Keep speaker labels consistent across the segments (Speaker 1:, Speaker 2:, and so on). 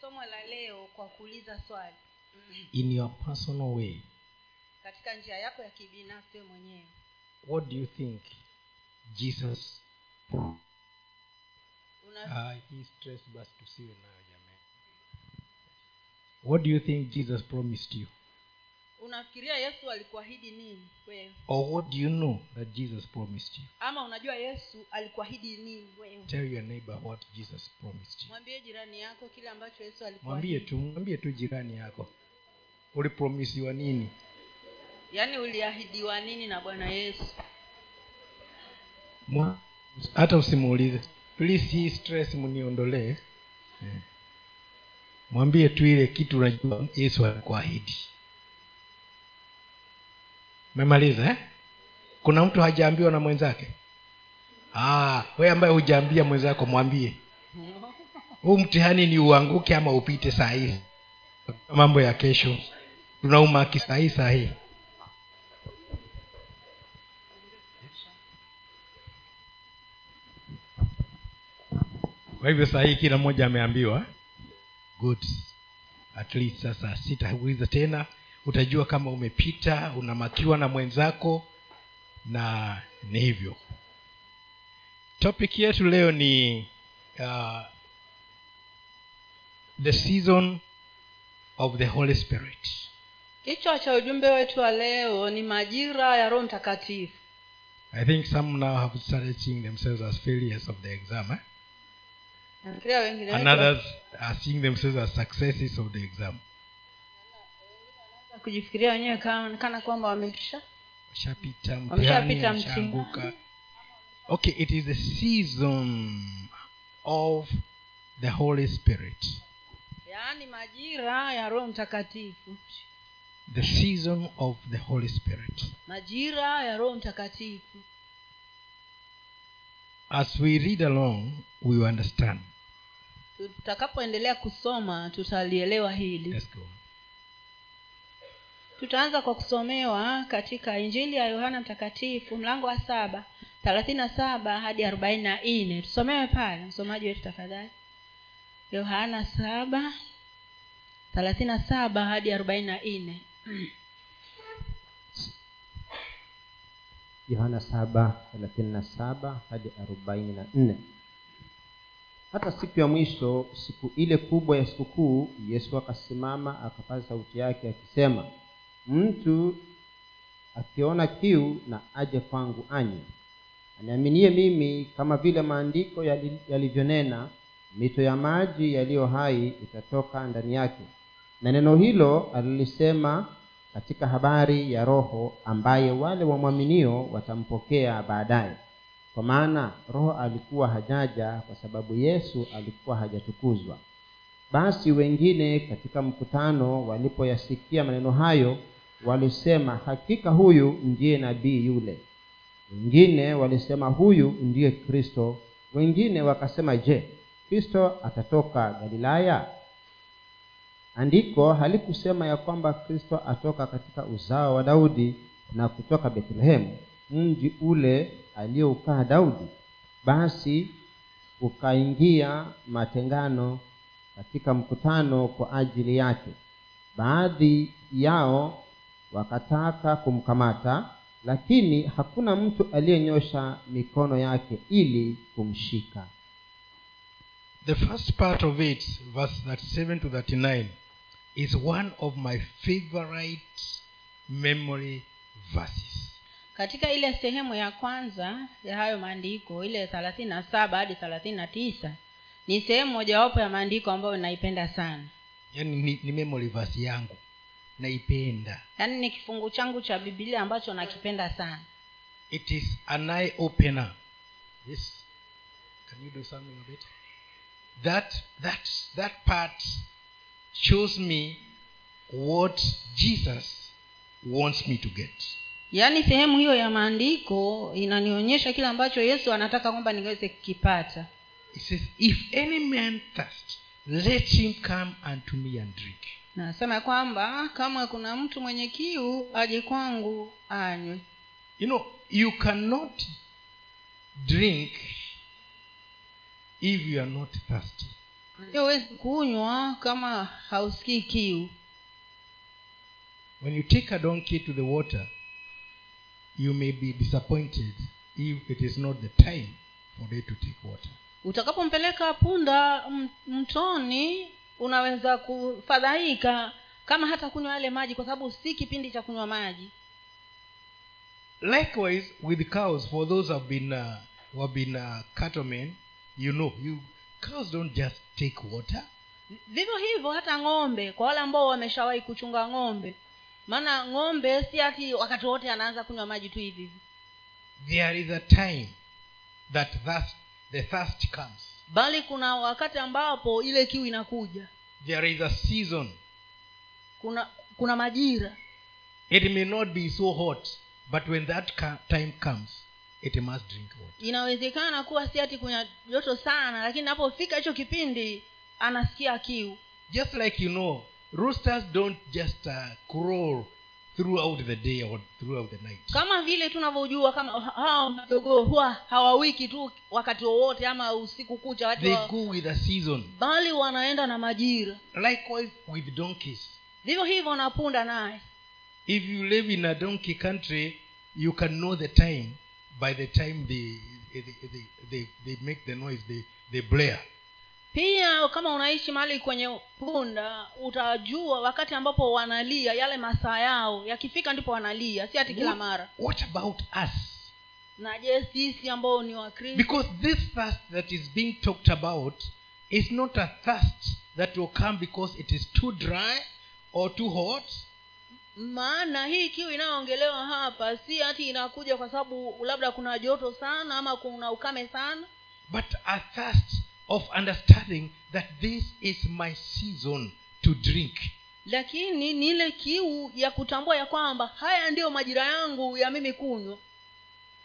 Speaker 1: somo la leo kwa kuuliza swali
Speaker 2: in your personal way
Speaker 1: katika njia yako ya kibinafsi wewe mwenyewe
Speaker 2: what do you think jesus
Speaker 1: una
Speaker 2: uh, hii stress basi tusiwe nayo jamani what do you think jesus promised you
Speaker 1: unafikiria yesu alikuahidi nini wewe
Speaker 2: or what do you know that jesus promised you
Speaker 1: ama unajua yesu alikuahidi nini wewe
Speaker 2: tell your neighbor what jesus promised you
Speaker 1: mwambie jirani yako kile ambacho yesu
Speaker 2: mwambie
Speaker 1: alikuahidi
Speaker 2: tu mwambie tu jirani yako ulipromisiwa nini
Speaker 1: yaani uliahidiwa nini na bwana yesu
Speaker 2: Mwa- hata usimuulize please hii stress mniondolee Eh. mwambie tu ile kitu unajua yesu alikuahidi memaliza eh? kuna mtu hajaambiwa na mwenzake ah, we ambaye hujaambia mwenzako mwambie huu mtihani ni uanguke ama upite saa hii mambo ya kesho tunaumaki saa hii saa hii kwa hivyo saa hii kila mmoja ameambiwa good at least sasa sitauliza tena utajua kama umepita unamakiwa na mwenzako na ni hivyo topic yetu leo ni uh, the season of the holy spirit
Speaker 1: kichwa cha ujumbe wetu wa leo ni majira ya roho mtakatifu
Speaker 2: i think some now have started seeing themselves as failures of the exam eh?
Speaker 1: nafikiria wengine
Speaker 2: and
Speaker 1: wetu
Speaker 2: others are seeing themselves as successes of the exam
Speaker 1: wanaanza kujifikiria wenyewe kama- kana kwamba wamekisha
Speaker 2: washapita mtihani
Speaker 1: Wameshapita mtihani.
Speaker 2: washaanguka okay it is the season of the holy spirit
Speaker 1: yaani majira ya roho mtakatifu
Speaker 2: the season of the holy spirit
Speaker 1: majira ya roho mtakatifu
Speaker 2: as we read along we will understand
Speaker 1: tutakapoendelea kusoma tutalielewa hili
Speaker 2: let's go
Speaker 1: tutaanza kwa kusomewa katika injili ya yohana mtakatifu mlango wa saba thelathini na saba hadi arobaini na nne tusomewe pale msomaji wetu tafadhali yohana saba thelathini na saba hadi arobaini na nne
Speaker 3: yohana saba thelathini na saba hadi arobaini na nne hata siku ya mwisho siku ile kubwa ya sikukuu yesu akasimama akapaza sauti yake akisema mtu akiona kiu na aje kwangu anywe aniaminie mimi kama vile maandiko yali- yalivyonena mito ya maji yaliyo hai itatoka ndani yake na neno hilo alilisema katika habari ya roho ambaye wale wamwaminio watampokea baadaye kwa maana roho alikuwa hajaja kwa sababu yesu alikuwa hajatukuzwa basi wengine katika mkutano walipoyasikia maneno hayo walisema hakika huyu ndiye nabii yule wengine walisema huyu ndiye kristo wengine wakasema je kristo atatoka galilaya andiko halikusema ya kwamba kristo atoka katika uzao wa daudi na kutoka bethlehemu mji ule aliyoukaa daudi basi ukaingia matengano katika mkutano kwa ajili yake baadhi yao wakataka kumkamata lakini hakuna mtu aliyenyosha mikono yake ili kumshika
Speaker 2: The first part of it, verse 37 to 39, is one of my favorite memory verses.
Speaker 1: katika ile sehemu ya kwanza ya hayo maandiko ile thelathini na saba hadi thelathini na tisa ni sehemu mojawapo ya maandiko ambayo naipenda sana
Speaker 2: yani ni, ni memory verse yangu naipenda
Speaker 1: yaani ni kifungu changu cha bibilia ambacho nakipenda sana
Speaker 2: it is an eye opener yes can you do something of it that that that part shows me what jesus wants me to get
Speaker 1: yaani sehemu hiyo ya maandiko inanionyesha kile ambacho yesu anataka kwamba niweze kukipata
Speaker 2: It says, If any man thirst, let him come unto me and drink.
Speaker 1: nasema ya kwamba kama kuna mtu mwenye kiu aje kwangu anywe
Speaker 2: You know, you cannot drink if you are not thirsty.
Speaker 1: hiyo huwezi kunywa kama hausikii kiu
Speaker 2: When you take a donkey to the water, you may be disappointed if it is not the time for it to take water.
Speaker 1: utakapompeleka punda m- mtoni unaweza kufadhaika kama hata kunywa yale maji kwa sababu si kipindi cha kunywa maji
Speaker 2: Likewise, with cows, for those who have been, uh, who have been uh, cattlemen, you know, you cows don't just take water.
Speaker 1: vivyo hivyo hata ng'ombe kwa wale ambao wameshawahi kuchunga ng'ombe maana ng'ombe si ati wakati wote anaanza kunywa maji tu hivi hivi
Speaker 2: There is a time that thirst, the thirst comes.
Speaker 1: bali kuna wakati ambapo ile kiu inakuja
Speaker 2: There is a season.
Speaker 1: kuna kuna majira
Speaker 2: It may not be so hot, but when that ca- time comes, it must drink water.
Speaker 1: inawezekana kuwa si ati kuna joto sana lakini napofika hicho kipindi anasikia kiu
Speaker 2: Just like you know, roosters don't just uh, crow throughout the day or throughout the night.
Speaker 1: kama vile tunavyojua kama hao majogoo huwa hawawiki tu wakati wowote ama usiku kucha watu
Speaker 2: They
Speaker 1: wa-
Speaker 2: go with a season.
Speaker 1: bali wanaenda na majira
Speaker 2: Likewise with donkeys.
Speaker 1: vivyo hivyo na punda naye
Speaker 2: If you live in a donkey country, you can know the time by the time they they, they, they, they make the noise, they, they blare.
Speaker 1: pia kama unaishi mahali kwenye punda utajua wakati ambapo wanalia yale masaa yao yakifika ndipo wanalia si hati kila mara
Speaker 2: What about us?
Speaker 1: na je sisi ambao ni wakristo
Speaker 2: Because this thirst that is being talked about is not a thirst that will come because it is too dry or too hot
Speaker 1: maana hii kiu inayoongelewa hapa si hati inakuja kwa sababu labda kuna joto sana ama kuna ukame sana
Speaker 2: but a thirst of understanding that this is my season to drink.
Speaker 1: lakini ni ile kiu ya kutambua ya kwamba haya ndiyo majira yangu ya mimi kunywa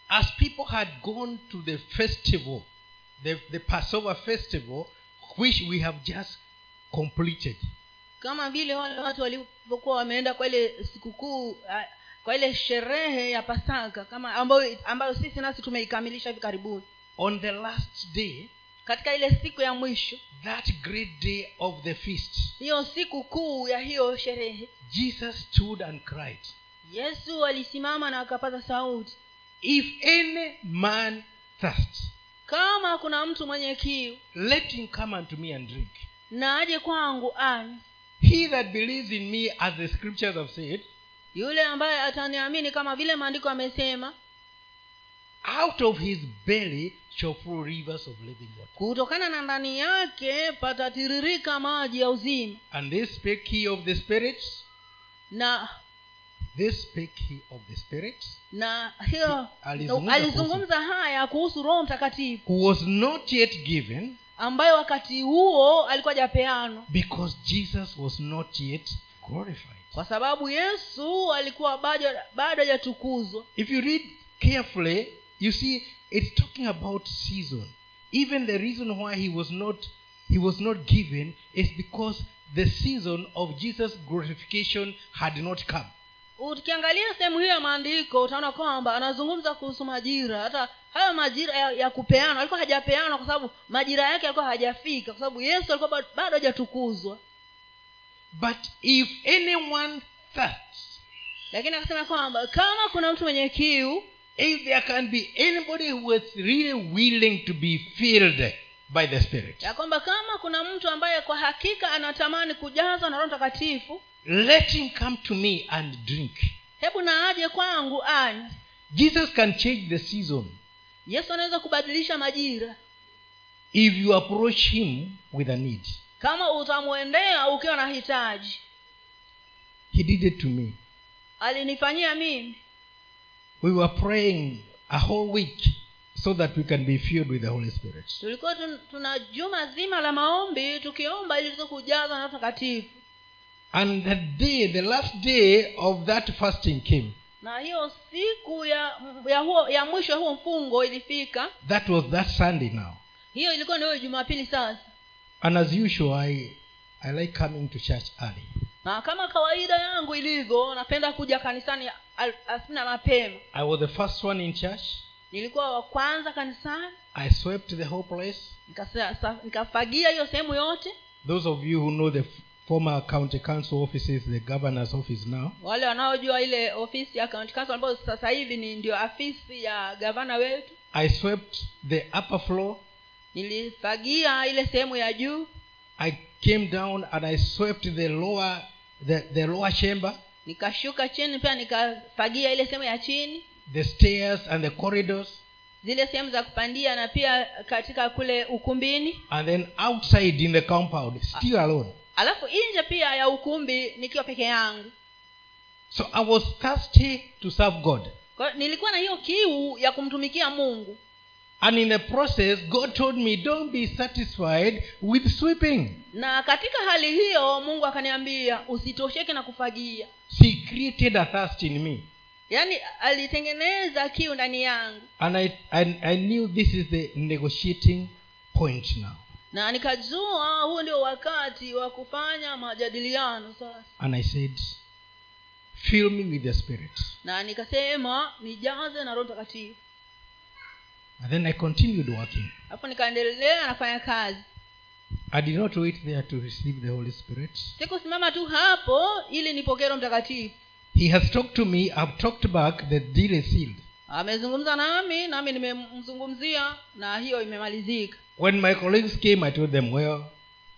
Speaker 2: As people had gone to the festival, the, the Passover festival, which we have just completed,
Speaker 1: kama vile wale watu walivyokuwa wameenda kwa ile sikukuu ah, kwa ile sherehe ya pasaka kama ambayo ambayo sisi nasi tumeikamilisha hivi karibuni
Speaker 2: on the last day,
Speaker 1: katika ile siku ya mwisho
Speaker 2: that great day of the feast,
Speaker 1: hiyo siku kuu ya hiyo sherehe
Speaker 2: Jesus stood and cried,
Speaker 1: yesu alisimama na akapaza sauti
Speaker 2: If any man thirst,
Speaker 1: kama kuna mtu mwenye kiu
Speaker 2: let him come unto me and drink.
Speaker 1: na aje kwangu anywe
Speaker 2: He that believes in me, as the scriptures have said,
Speaker 1: yule ambaye ataniamini kama vile maandiko amesema
Speaker 2: out of his belly shall flow rivers of living water.
Speaker 1: kutokana na ndani yake patatiririka maji ya uzima
Speaker 2: And they spake he of the spirits.
Speaker 1: na
Speaker 2: They spake he of the spirits,
Speaker 1: na hiyo
Speaker 2: Alizungumza
Speaker 1: alizungumza haya kuhusu roho mtakatifu
Speaker 2: who was not yet given,
Speaker 1: ambayo wakati huo alikuwa japeano
Speaker 2: because Jesus was not yet glorified.
Speaker 1: kwa sababu yesu alikuwa bado bado hajatukuzwa
Speaker 2: If you read carefully, you see it's talking about season. Even the reason why he was not he was not given is because the season of Jesus' glorification had not come.
Speaker 1: ukiangalia sehemu hiyo ya maandiko utaona kwamba anazungumza kuhusu majira hata hayo majira ya, ya kupeana alikuwa hajapeana kwa sababu majira yake alikuwa hajafika kwa sababu yesu alikuwa ba- bado hajatukuzwa
Speaker 2: But if anyone thirsts,
Speaker 1: lakini akasema kwamba kama kuna mtu mwenye kiu
Speaker 2: if there can be anybody who is really willing to be filled by the Spirit,
Speaker 1: ya kwamba kama kuna mtu ambaye kwa hakika anatamani kujazwa na roho mtakatifu
Speaker 2: let him come to me and drink.
Speaker 1: hebu na aje kwangu anywe
Speaker 2: Jesus can change the season
Speaker 1: yesu anaweza kubadilisha majira
Speaker 2: if you approach him with a need.
Speaker 1: kama utamwendea ukiwa na hitaji
Speaker 2: He did it to me.
Speaker 1: alinifanyia mimi
Speaker 2: We were praying a whole week so that we can be filled with the Holy Spirit.
Speaker 1: tulikuwa tun- tuna juma zima la maombi tukiomba ili tuweze kujazwa na Roho mtakatifu
Speaker 2: And the day, the last day of that fasting came.
Speaker 1: na hiyo siku ya ya, huo, ya mwisho ya huo mfungo ilifika
Speaker 2: That was that Sunday now.
Speaker 1: hiyo ilikuwa ndio jumapili sasa
Speaker 2: And as usual, I, I like coming to church early.
Speaker 1: na kama kawaida yangu ilivyo napenda kuja kanisani al- asina mapema
Speaker 2: I was the first one in church.
Speaker 1: nilikuwa wa kwanza kanisani
Speaker 2: I swept the whole place.
Speaker 1: nikasa- sa- nikafagia hiyo sehemu yote
Speaker 2: Those of you who know the f- former county council offices, the governor's office now,
Speaker 1: wale wanaojua ile ofisi ya county council ambayo sasa hivi ni ndio afisi ya gavana wetu
Speaker 2: I swept the upper floor.
Speaker 1: nilifagia ile sehemu ya juu
Speaker 2: I came down and I swept the lower the, the lower chamber,
Speaker 1: nikashuka chini pia nikafagia ile sehemu ya chini
Speaker 2: the stairs and the corridors.
Speaker 1: zile sehemu za kupandia na pia katika kule ukumbini
Speaker 2: And then outside in the compound, still alone.
Speaker 1: alafu nje pia ya ukumbi nikiwa peke yangu
Speaker 2: So I was thirsty to serve God.
Speaker 1: kwa hiyo nilikuwa na hiyo kiu ya kumtumikia mungu
Speaker 2: And in the process, God told me, don't be satisfied with sweeping.
Speaker 1: na katika hali hiyo mungu akaniambia usitosheke na kufagia
Speaker 2: She created a thirst in me.
Speaker 1: yaani alitengeneza kiu ndani yangu
Speaker 2: And I, I, I knew this is the negotiating point now.
Speaker 1: na nikajua huu ndio wakati wa kufanya majadiliano sasa
Speaker 2: And I said, fill me with the Spirit.
Speaker 1: na nikasema nijaze na roho takatifu
Speaker 2: And then I continued working.
Speaker 1: alafu nikaendelea nafanya kazi
Speaker 2: I did not wait there to receive the Holy Spirit.
Speaker 1: sikusimama tu hapo ili nipokee roho mtakatifu
Speaker 2: He has talked to me. I've talked back. The deal is sealed.
Speaker 1: amezungumza nami nami nimemzungumzia na hiyo imemalizika
Speaker 2: When my colleagues came, I told them, well,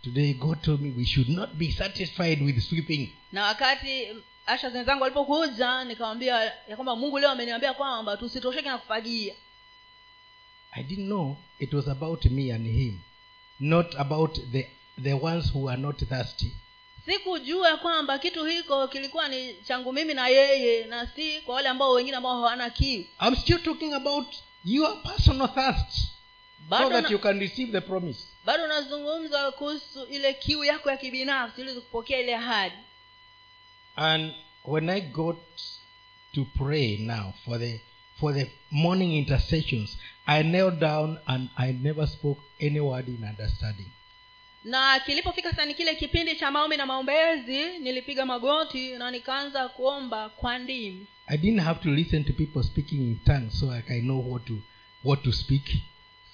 Speaker 2: today God told me we should not be satisfied with sweeping.
Speaker 1: na wakati asha wenzangu walipokuja nikamwambia ya kwamba mungu leo ameniambia kwamba tusitosheke na kufagia
Speaker 2: I didn't know it was about me and him, not about the, the ones who are not thirsty.
Speaker 1: sikujua kwamba kitu hiko kilikuwa ni changu mimi na yeye na si kwa wale ambao wengine ambao hawana kiu
Speaker 2: I'm still talking about your personal thirst so
Speaker 1: bado
Speaker 2: that you
Speaker 1: na,
Speaker 2: can receive the promise.
Speaker 1: bado nazungumza kuhusu ile kiu yako ya kibinafsi ili kupokea ile ahadi
Speaker 2: And when I got to pray now for the for the morning intercessions, I knelt down and I never spoke any word in understanding.
Speaker 1: na kilipofika sani kile kipindi cha maombi na maombezi nilipiga magoti na nikaanza kuomba kwa ndimi
Speaker 2: I didn't have to listen to people speaking in tongues so I can know what to what to speak.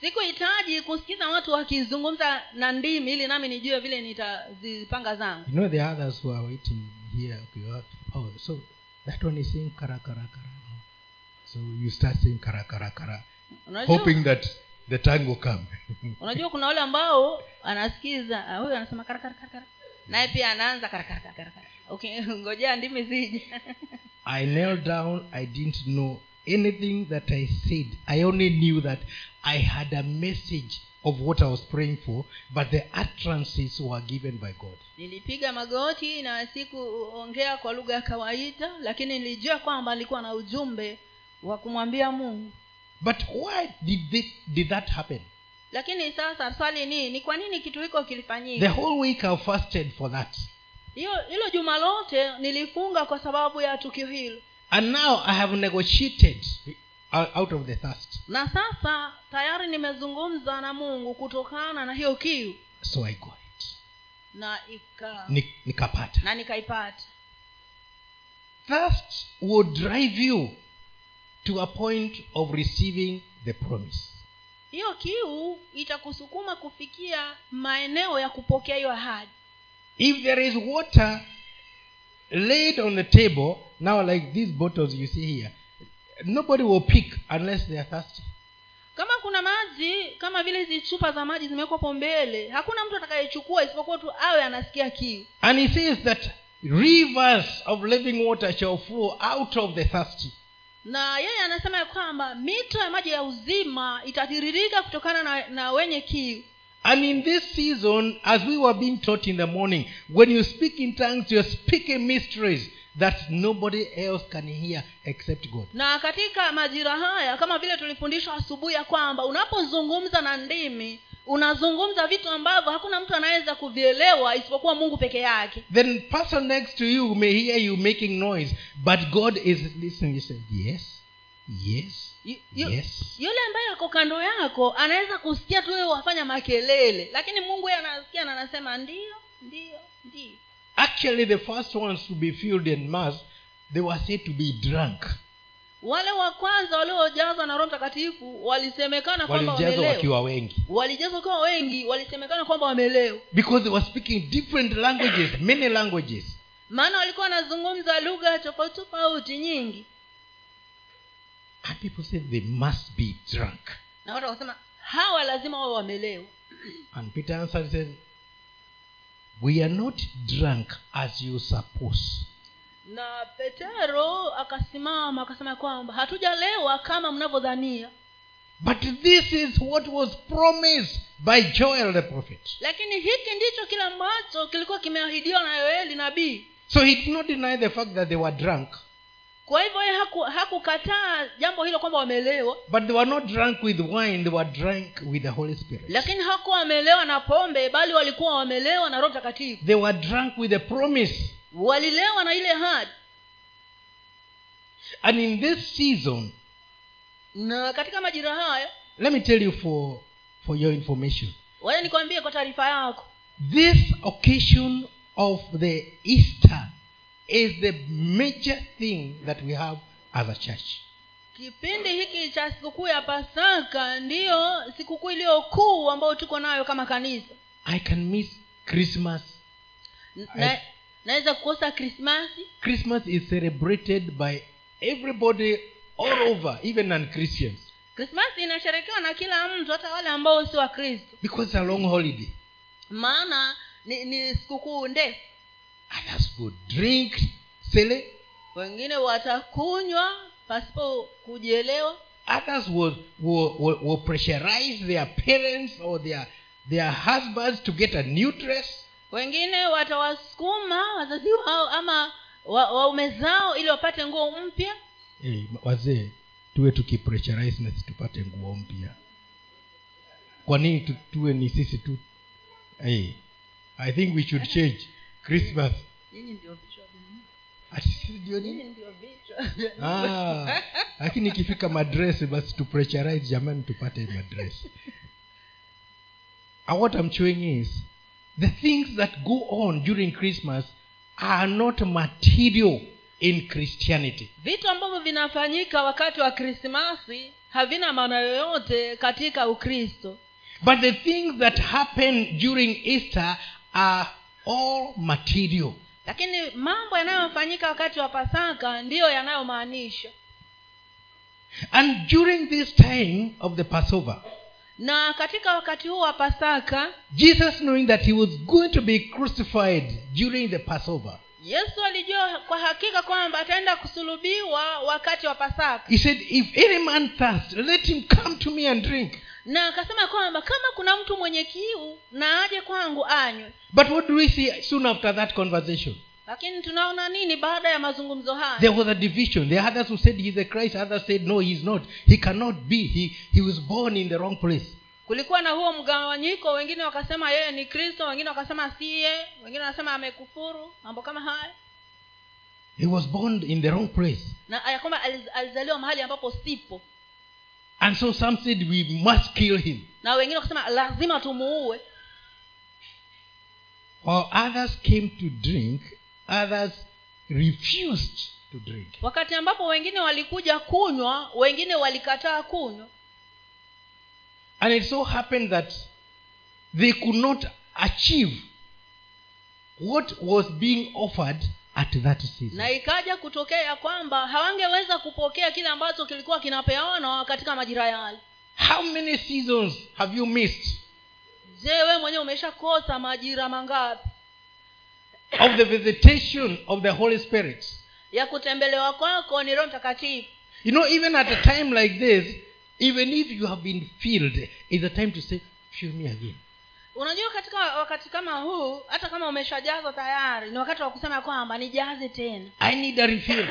Speaker 1: sikuhitaji kusikiza watu wakizungumza na ndimi ili nami nijue vile nitazipanga zangu
Speaker 2: You know the others who are waiting here. Okay, oh, oh, so that one is saying kara kara kara. So you start saying kara kara kara,
Speaker 1: unajua,
Speaker 2: hoping that the tongue will come.
Speaker 1: unajua kuna wale ambao anasikiza ah, huyu anasema karakarakara naye pia anaanza karakarakara okay, ngojea ndimi zije
Speaker 2: I knelt down. I didn't know anything that I said. I only knew that I had a message of what I was praying for, but the utterances were given by God.
Speaker 1: nilipiga magoti na sikuongea kwa lugha ya kawaida lakini nilijua kwamba alikuwa na ujumbe wa kumwambia mungu
Speaker 2: But why did this, did that happen?
Speaker 1: lakini sasa swali ni ni kwa nini kitu hiko
Speaker 2: The
Speaker 1: kilifanyika
Speaker 2: whole week I fasted for that,
Speaker 1: hiyo hilo juma lote nilifunga kwa sababu ya tukio hilo
Speaker 2: and now I have negotiated uh, out of the thirst.
Speaker 1: na sasa tayari nimezungumza na mungu kutokana na hiyo kiu
Speaker 2: So I got it.
Speaker 1: na ika
Speaker 2: Ni- Nikapata.
Speaker 1: na nikaipata
Speaker 2: Thirst will drive you to a point of receiving the promise.
Speaker 1: hiyo kiu itakusukuma kufikia maeneo ya kupokea hiyo ahadi
Speaker 2: If there is water laid on the table, now like these bottles you see here, nobody will pick unless they are thirsty.
Speaker 1: kama kuna maji kama vile hizi chupa za maji zimewekwa hapo mbele hakuna mtu atakayechukua isipokuwa tu awe anasikia kiu
Speaker 2: And he says that rivers of living water shall flow out of the thirsty.
Speaker 1: na yeye anasema ya kwamba mito ya maji ya uzima itatiririka kutokana na, na wenye kiu
Speaker 2: And in this season, as we were being taught in the morning, when you speak in tongues, you're speaking mysteries that nobody else can hear except God.
Speaker 1: na katika majira haya kama vile tulifundishwa asubuhi ya kwamba unapozungumza na ndimi unazungumza vitu ambavyo hakuna mtu anaweza kuvielewa isipokuwa mungu peke yake
Speaker 2: Then person next to you may hear you making noise, but God is listening. You say, Yes, yes,
Speaker 1: Yu- yu-
Speaker 2: yes.
Speaker 1: yule ambaye ako kando yako anaweza kusikia tu wewe wafanya makelele lakini mungu yeye anasikia na anasema ndiyo ndiyo ndiyo
Speaker 2: Actually, the first ones to be filled in mass, they were said to be drunk.
Speaker 1: wale wa kwanza waliojazwa na roho mtakatifu walisemekana kwamba
Speaker 2: walijazwa
Speaker 1: wamelewa
Speaker 2: wakiwa wengi
Speaker 1: walijazwa kwa wengi walisemekana kwamba wamelewa
Speaker 2: because they were speaking different languages many languages
Speaker 1: maana walikuwa wanazungumza lugha tofauti tofauti nyingi
Speaker 2: and people said they must be drunk
Speaker 1: na watu wakasema hawa lazima wawe wamelewa
Speaker 2: and peter answered said we are not drunk as you suppose
Speaker 1: na petero akasimama akasema kwamba hatujalewa kama mnavyodhania
Speaker 2: but this is what was promised by joel the prophet
Speaker 1: lakini hiki ndicho kile ambacho kilikuwa kimeahidiwa na yoeli nabii
Speaker 2: so he did not deny the fact that they were drunk
Speaker 1: kwa hivyo yeye haku- hakukataa jambo hilo kwamba wamelewa
Speaker 2: but they were not drunk with wine they were drunk with the holy spirit
Speaker 1: lakini hawakuwa wamelewa na pombe bali walikuwa wamelewa na roho takatifu
Speaker 2: they were drunk with the promise
Speaker 1: walilewa na ile hadi
Speaker 2: and in this season
Speaker 1: na katika majira haya
Speaker 2: let me tell you for for your information
Speaker 1: wacha nikwambie kwa taarifa yako
Speaker 2: this occasion of the easter is the major thing that we have as a church
Speaker 1: kipindi hiki cha sikukuu ya pasaka ndiyo sikukuu iliyokuu ambayo tuko nayo kama kanisa
Speaker 2: i can miss christmas
Speaker 1: N-
Speaker 2: I-
Speaker 1: na, naweza kukosa krismasi
Speaker 2: christmas is celebrated by everybody all over even non-christians
Speaker 1: krismasi inasherekewa na kila mtu hata wale ambao si wakristo
Speaker 2: because it's a long holiday
Speaker 1: maana ni, ni sikukuu ndefu
Speaker 2: others will drink silly
Speaker 1: wengine watakunywa pasipo kujielewa
Speaker 2: others will, will, will, will pressurize their parents or their their husbands to get a new dress
Speaker 1: wengine watawasukuma wazazi wao ama wa- waume zao ili wapate nguo mpya
Speaker 2: Eh, wazee tuwe tukipressurize na situpate nguo mpya kwa nini tu, tuwe ni sisi tu hey, i think we should change christmas
Speaker 1: nyinyi ndio vichwa vya nini?
Speaker 2: Ati sisi ndio nini
Speaker 1: Nyinyi ndio vichwa vya nini?
Speaker 2: Ah, lakini ikifika madress basi tu pressurize jamani tupate madress and what i'm showing is the things that go on during christmas are not material in christianity
Speaker 1: vitu ambavyo vinafanyika wakati wa krismasi havina maana yoyote katika ukristo
Speaker 2: But the things that happen during Easter are all material.
Speaker 1: lakini mambo yanayofanyika wakati wa pasaka ndiyo yanayomaanisha
Speaker 2: And during this time of the Passover,
Speaker 1: na katika wakati huu wa pasaka
Speaker 2: Jesus, knowing that he was going to be crucified during the Passover,
Speaker 1: yesu alijua kwa hakika kwamba ataenda kusulubiwa wakati wa pasaka
Speaker 2: he said, If any man thirst, let him come to me and drink.
Speaker 1: na akasema kwamba kama kuna mtu mwenye kiu na aje kwangu anywe
Speaker 2: But what do we see soon after that conversation?
Speaker 1: lakini tunaona nini baada ya mazungumzo
Speaker 2: There
Speaker 1: haya
Speaker 2: was a division. There are others who said he's the Christ, others said no, he's not. He cannot be. He, he was born in the wrong place.
Speaker 1: kulikuwa na huo mgawanyiko wengine wakasema yeye ni kristo wengine wakasema siye wengine wanasema amekufuru mambo kama haya
Speaker 2: He was born in the wrong place.
Speaker 1: na ya kwamba aliz- alizaliwa mahali ambapo sipo
Speaker 2: And so some said we must kill him.
Speaker 1: na wengine wakasema lazima tumuue
Speaker 2: While others came to drink, others refused to drink.
Speaker 1: wakati ambapo wengine walikuja kunywa wengine walikataa kunywa
Speaker 2: And it so happened that they could not achieve what was being offered at that
Speaker 1: na
Speaker 2: season.
Speaker 1: ikaja kutokea ya kwamba hawangeweza kupokea kile ambacho kilikuwa kinapeanwa katika majira yale
Speaker 2: How many seasons have you missed
Speaker 1: je wewe mwenyewe umeshakosa majira mangapi
Speaker 2: of the visitation of the Holy Spirit?
Speaker 1: ya kutembelewa kwako ni roho mtakatifu
Speaker 2: You know, even at a time like this, even if you have been filled, it's a time to say, Fill me again.
Speaker 1: unajua katika wakati kama huu hata kama umeshajazwa tayari ni wakati wa kusema kwamba nijaze tena
Speaker 2: I need a refill.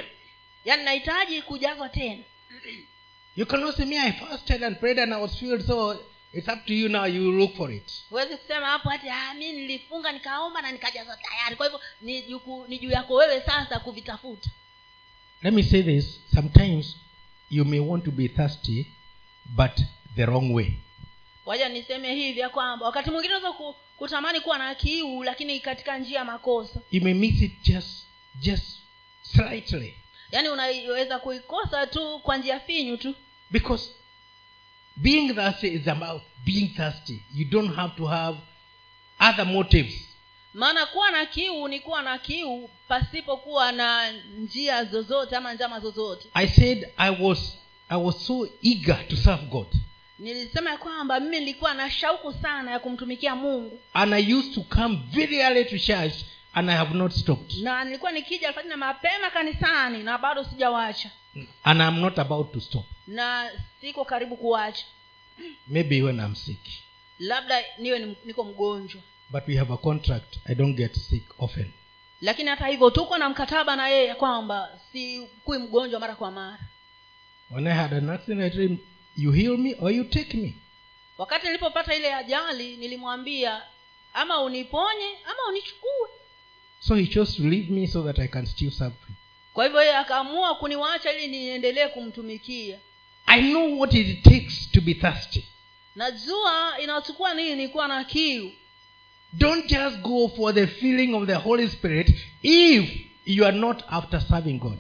Speaker 1: yaani nahitaji kujazwa tena
Speaker 2: You cannot say, Me, I fasted and prayed and I was filled, so it's up to you now, you look for it.
Speaker 1: huwezi kusema hapo hati "Ah, mi nilifunga nikaomba na nikajazwa tayari kwa hivyo ni juku- ni juu yako wewe sasa kuvitafuta
Speaker 2: Let me say this sometimes you may want to be thirsty, but the wrong way.
Speaker 1: waja niseme hivi ya kwamba wakati mwingine unaweza ku, kutamani kuwa na kiu lakini katika njia ya makosa
Speaker 2: You may miss it just just slightly.
Speaker 1: yaani unaweza kuikosa tu kwa njia finyu tu
Speaker 2: Because being thirsty is about being thirsty. You don't have to have other motives.
Speaker 1: maana kuwa na kiu ni kuwa na kiu pasipokuwa na njia zozote ama njama zozote
Speaker 2: I said I was I was so eager to serve God.
Speaker 1: nilisema ya kwamba mimi nilikuwa na shauku sana ya kumtumikia mungu
Speaker 2: And I used to come very early to church and I have not stopped.
Speaker 1: na nilikuwa nikija alfajiri na mapema kanisani na bado sijawacha
Speaker 2: And I'm not about to stop.
Speaker 1: na siko karibu kuwacha
Speaker 2: Maybe when I'm sick.
Speaker 1: labda niwe ni- niko mgonjwa
Speaker 2: But we have a contract. I don't get sick often.
Speaker 1: lakini hata hivyo tuko na mkataba na yeye kwamba sikui mgonjwa mara kwa mara
Speaker 2: When I had an accident, I told him, You heal me or you take me.
Speaker 1: wakati nilipopata ile ajali nilimwambia ama uniponye ama unichukue
Speaker 2: So he chose to leave me so that I can still serve him.
Speaker 1: kwa hivyo yeye akaamua kuniwacha ili niendelee kumtumikia
Speaker 2: I know what it takes to be thirsty.
Speaker 1: najua inachukua nini kuwa na kiu
Speaker 2: Don't just go for the feeling of the Holy Spirit if you are not after serving God.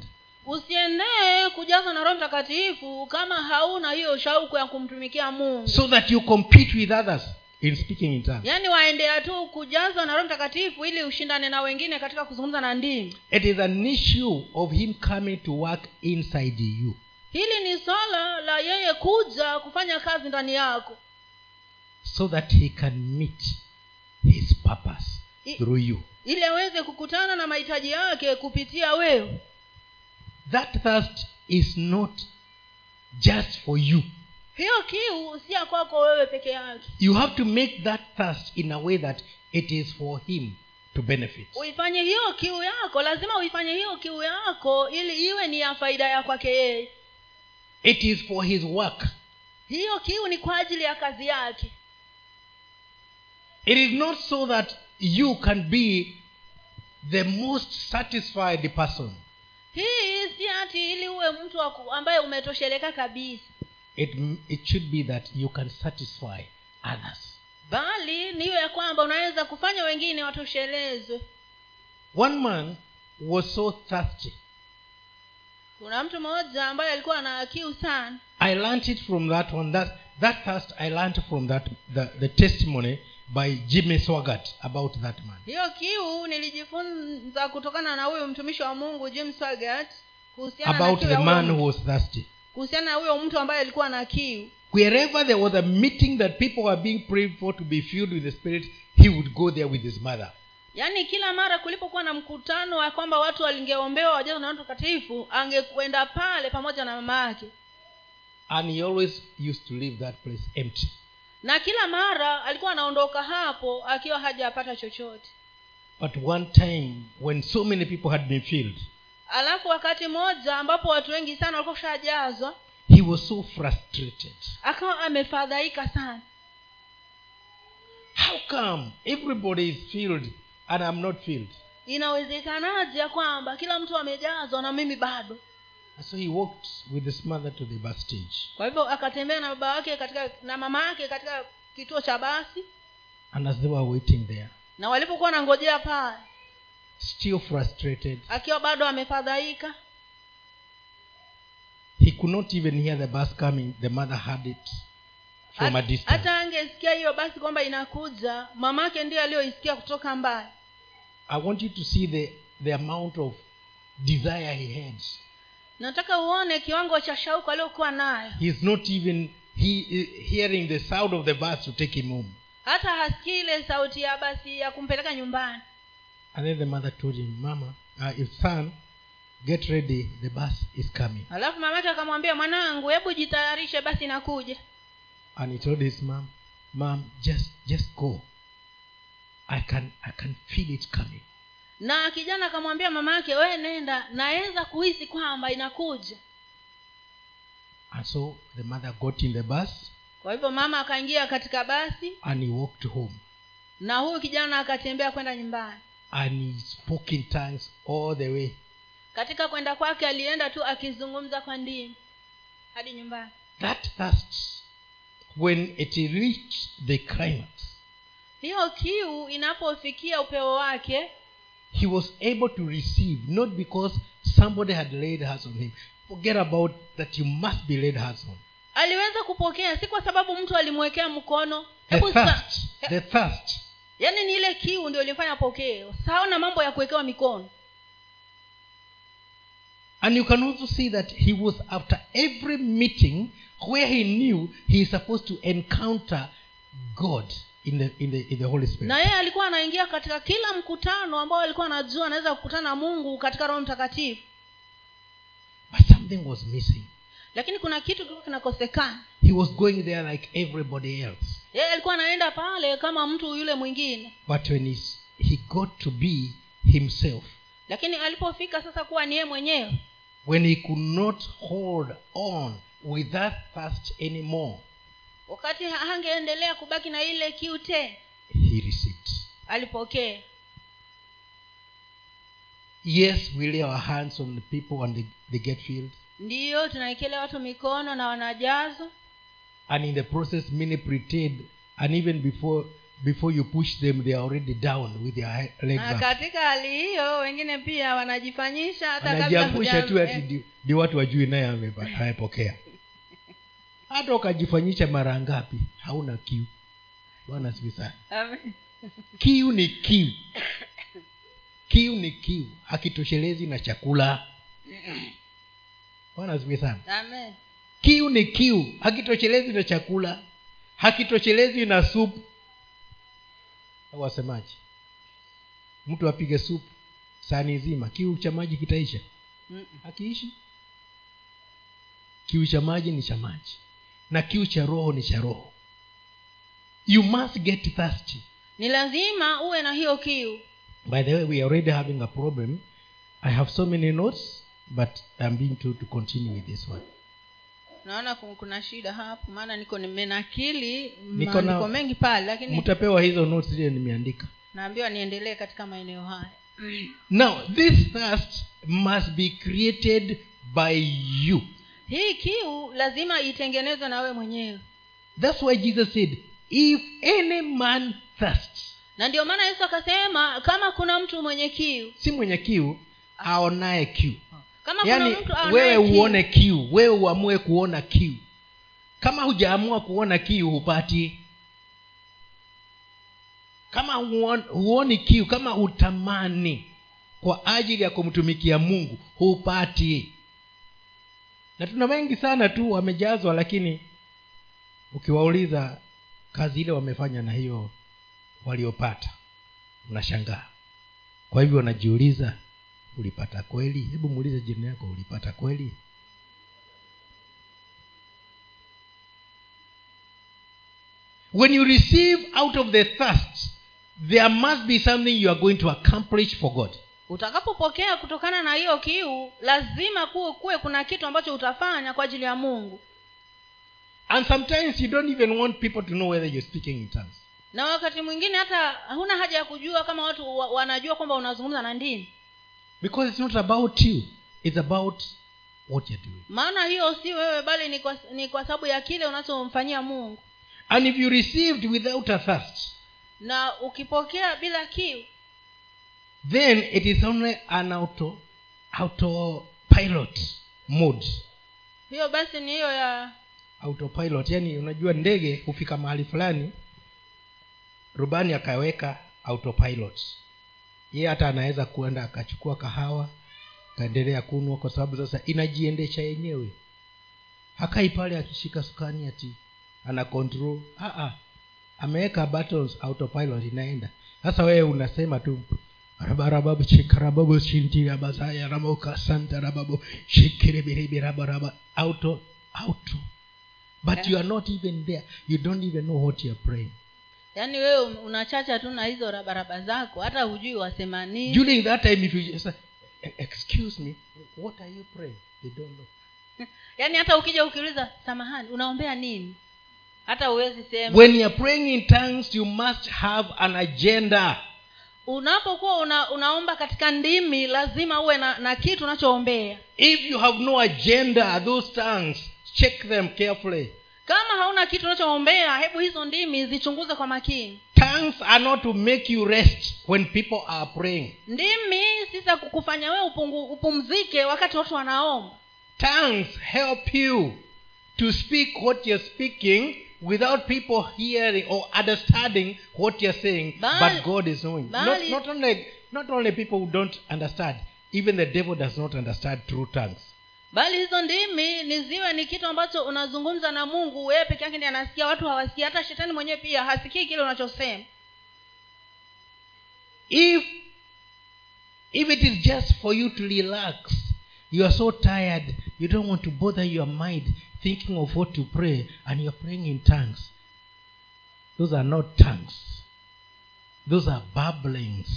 Speaker 1: usiendee kujazwa na roho mtakatifu kama hauna hiyo shauku ya kumtumikia mungu
Speaker 2: So that you compete with others in speaking in tongues.
Speaker 1: yaani waendea tu kujazwa na roho mtakatifu ili ushindane na wengine katika kuzungumza na ndimi
Speaker 2: It is an issue of Him coming to work inside you.
Speaker 1: hili ni swala la yeye kuja kufanya kazi ndani yako
Speaker 2: So that He can meet His purpose
Speaker 1: I-
Speaker 2: through you.
Speaker 1: ili aweze kukutana na mahitaji yake kupitia wewe
Speaker 2: That thirst is not just for you.
Speaker 1: hiyo kiu si ya kwako wewe peke yake
Speaker 2: You have to make that thirst in a way that it is for Him to benefit.
Speaker 1: uifanye hiyo kiu yako lazima uifanye hiyo kiu yako ili iwe ni ya faida ya kwake yeye
Speaker 2: It is for His work.
Speaker 1: hiyo kiu ni kwa ajili ya kazi yake
Speaker 2: It is not so that you can be the most satisfied person.
Speaker 1: hii si ati ili uwe mtu wa ku- ambaye umetosheleka kabisa
Speaker 2: It, it should be that you can satisfy others.
Speaker 1: bali niyo ya kwamba unaweza kufanya wengine watoshelezwe
Speaker 2: One man was so thirsty.
Speaker 1: kuna mtu mmoja ambaye alikuwa na kiu sana
Speaker 2: I learnt it from that one. That, that thirst I learnt from that the, the testimony by Jimmy Swaggart about that man.
Speaker 1: hiyo kiu nilijifunza kutokana na huyu mtumishi wa mungu james swagat kuhusiana na
Speaker 2: about
Speaker 1: kiu ya
Speaker 2: the
Speaker 1: huyo
Speaker 2: man
Speaker 1: mtu-
Speaker 2: who was thirsty.
Speaker 1: kuhusiana na huyo mtu ambaye alikuwa na kiu
Speaker 2: Wherever there was a meeting that people were being prayed for to be filled with the Spirit, he would go there with his mother.
Speaker 1: yaani kila mara kulipokuwa na mkutano wa kwamba watu walingeombewa wajazwa na Roho mtakatifu angekwenda pale pamoja na mama yake
Speaker 2: And he always used to leave that place empty.
Speaker 1: na kila mara alikuwa anaondoka hapo akiwa hajapata chochote
Speaker 2: But one time, when so many people had been filled,
Speaker 1: alafu wakati mmoja ambapo watu wengi sana walikuwa shajazwa
Speaker 2: he was so frustrated.
Speaker 1: akawa amefadhaika sana
Speaker 2: How come everybody is filled and I'm not filled?
Speaker 1: inawezekanaje ya kwamba kila mtu amejazwa na mimi bado
Speaker 2: And so he walked with his mother to the bus stage.
Speaker 1: kwa hivyo akatembea na baba wake katika na mama yake katika kituo cha basi
Speaker 2: And as they were waiting there,
Speaker 1: na walipokuwa wanangojea pale
Speaker 2: still frustrated,
Speaker 1: akiwa bado amefadhaika
Speaker 2: he could not even hear the bus coming. The mother had it from a
Speaker 1: Hat-
Speaker 2: distance.
Speaker 1: hata angesikia hiyo basi kwamba inakuja mamake ndiye aliyoisikia kutoka mbali
Speaker 2: I want you to see the, the amount of desire he had.
Speaker 1: nataka uone kiwango cha shauku aliyokuwa nayo
Speaker 2: He's not even he, he- hearing the sound of the bus to take him home.
Speaker 1: hata hasikii ile sauti ya basi ya kumpeleka nyumbani
Speaker 2: And then the mother told him, Mama, uh, if son, get ready, the bus is coming.
Speaker 1: alafu mamake akamwambia mwanangu hebu jitayarishe basi inakuja
Speaker 2: And he told his mom, Mom, just just go. I can I can feel it coming.
Speaker 1: na kijana akamwambia mamake we nenda naweza kuhisi kwamba inakuja
Speaker 2: And so the mother got in the bus
Speaker 1: kwa hivyo mama akaingia katika basi
Speaker 2: and he walked home.
Speaker 1: na huyu kijana akatembea kwenda nyumbani
Speaker 2: And he spoke in tongues all the way.
Speaker 1: katika kwenda kwake alienda tu akizungumza kwa ndimi hadi nyumbani
Speaker 2: That thirst, when it reached the climax,
Speaker 1: hiyo kiu inapofikia upeo wake
Speaker 2: he was able to receive not because somebody had laid hands on him forget about that you must be laid hands on
Speaker 1: aliweza kupokea si kwa sababu mtu alimwekea mkono
Speaker 2: the
Speaker 1: Hebu sa-
Speaker 2: thirst
Speaker 1: he-
Speaker 2: the thirst
Speaker 1: yaani ni ile kiu ndio ilimfanya apokee sawa na mambo ya kuwekewa mikono
Speaker 2: And you can also see that he was after every meeting where he knew he is supposed to encounter God in the in the in the Holy Spirit.
Speaker 1: na yeye alikuwa anaingia katika kila mkutano ambao alikuwa anajua anaweza kukutana na mungu katika roho mtakatifu
Speaker 2: But something was missing.
Speaker 1: lakini kuna kitu kilikuwa kinakosekana
Speaker 2: He was going there like everybody else.
Speaker 1: yeye alikuwa anaenda pale kama mtu yule mwingine
Speaker 2: But when he, s- he got to be himself,
Speaker 1: lakini alipofika sasa kuwa ni yeye mwenyewe
Speaker 2: when he could not hold on with that thirst anymore,
Speaker 1: wakati ha- hangeendelea kubaki na ile kiu tena
Speaker 2: he received.
Speaker 1: alipokea
Speaker 2: Yes, we lay our hands on the people and they, they get filled.
Speaker 1: ndiyo tunaekelea watu mikono na wanajazwa
Speaker 2: and in the process many pretend and even before before you push them they are already down with their he- legs
Speaker 1: na
Speaker 2: up
Speaker 1: katika hali hiyo wengine pia wanajifanyisha hata kabla
Speaker 2: anajiangusha tu
Speaker 1: huja-
Speaker 2: ati
Speaker 1: eh,
Speaker 2: ndi- ndi watu wajui naye ameba- amepokea hata ukajifanyisha mara ngapi hauna kiu bwana siku sana
Speaker 1: amen.
Speaker 2: kiu ni kiu kiu ni kiu hakitoshelezi na chakula bwana siku sana
Speaker 1: Amen.
Speaker 2: kiu ni kiu hakitoshelezi na chakula hakitoshelezi na supu au wasemaji mtu apige supu sahani nzima kiu cha maji kitaisha
Speaker 1: Mm-mm.
Speaker 2: hakiishi kiu cha maji ni cha maji na kiu cha roho ni cha roho you must get thirsty
Speaker 1: ni lazima uwe na hiyo kiu
Speaker 2: by the way we are already having a problem i have so many notes but i'm being told to continue with this one
Speaker 1: naona ku- kuna shida hapo maana niko nimenakili
Speaker 2: Niko na-
Speaker 1: maandiko mengi pale lakini
Speaker 2: mtapewa hizo notes zile nimeandika
Speaker 1: naambiwa niendelee katika maeneo haya
Speaker 2: Now, this thirst must be created by you.
Speaker 1: hii kiu lazima itengenezwe na wewe mwenyewe
Speaker 2: That's why Jesus said, If any man thirsts,
Speaker 1: na ndio maana yesu akasema kama kuna mtu mwenye kiu
Speaker 2: si mwenye kiu aonaye kiu
Speaker 1: kama
Speaker 2: yaani
Speaker 1: kuna mtu aonaye
Speaker 2: wewe
Speaker 1: kiu,
Speaker 2: uone kiu wewe uamue kuona kiu kama hujaamua kuona kiu hupati kama huon- huoni kiu kama hutamani kwa ajili ya kumtumikia mungu hupati na tuna wengi sana tu wamejazwa lakini ukiwauliza kazi ile wamefanya na hiyo waliopata unashangaa kwa hivyo unajiuliza ulipata kweli hebu muulize jirani yako ulipata kweli when you receive out of the thirst there must be something you are going to accomplish for god
Speaker 1: utakapopokea kutokana na hiyo kiu lazima kuwe, kuwe kuna kitu ambacho utafanya kwa ajili ya mungu
Speaker 2: and sometimes you don't even want people to know whether you're speaking in tongues
Speaker 1: na wakati mwingine hata huna haja ya kujua kama watu wa, wanajua kwamba unazungumza na ndini
Speaker 2: because it's not about you it's about what you're doing
Speaker 1: maana hiyo si wewe bali ni kwa, ni kwa sababu ya kile unachomfanyia mungu
Speaker 2: and if you received without a thirst
Speaker 1: na ukipokea bila kiu
Speaker 2: then it is only an auto autopilot mode
Speaker 1: hiyo basi ni hiyo ya
Speaker 2: autopilot yani unajua ndege hufika mahali fulani rubani akaweka autopilot yeye hata anaweza kuenda akachukua kahawa akaendelea kunwa kwa sababu sasa inajiendesha yenyewe hakai pale akishika sukani ati ana control ah, ah. ameweka buttons autopilot inaenda sasa wewe unasema tu rabarababu chikarababu shintirabasaya ramoka santa rababu shikirebiribirabaraba auto auto but you are not even there you don't even know what you are praying
Speaker 1: yaani wewe unachacha tu na hizo rabaraba zako hata hujui wasema nini
Speaker 2: during that time if you just say, "E- excuse me what are you praying they don't know
Speaker 1: yaani hata ukija ukiuliza samahani unaombea nini hata huwezi sema
Speaker 2: when you are praying in tongues you must have an agenda
Speaker 1: unapokuwa una, unaomba katika ndimi lazima uwe na, na kitu unachoombea
Speaker 2: if you have no agenda those tongues check them carefully
Speaker 1: kama hauna kitu unachoombea hebu hizo ndimi zichunguze kwa makini
Speaker 2: tongues are not to make you rest when people are praying
Speaker 1: ndimi si za kukufanya wewe upungu, upumzike wakati watu wanaomba
Speaker 2: tongues help you to speak what you're speaking without people hearing or understanding what you're saying
Speaker 1: Bali-
Speaker 2: but god is knowing not,
Speaker 1: Bali-
Speaker 2: not only not only people who don't understand even the devil does not understand true tongues
Speaker 1: bali hizo ndimi ni ziwe ni kitu ambacho unazungumza na mungu wewe peke yake ndiye anasikia watu hawasikii hata shetani mwenyewe pia hasikii kile unachosema
Speaker 2: if if it is just for you to relax you are so tired you don't want to bother your mind thinking of what to pray and you're praying in tongues those are not tongues those are babblings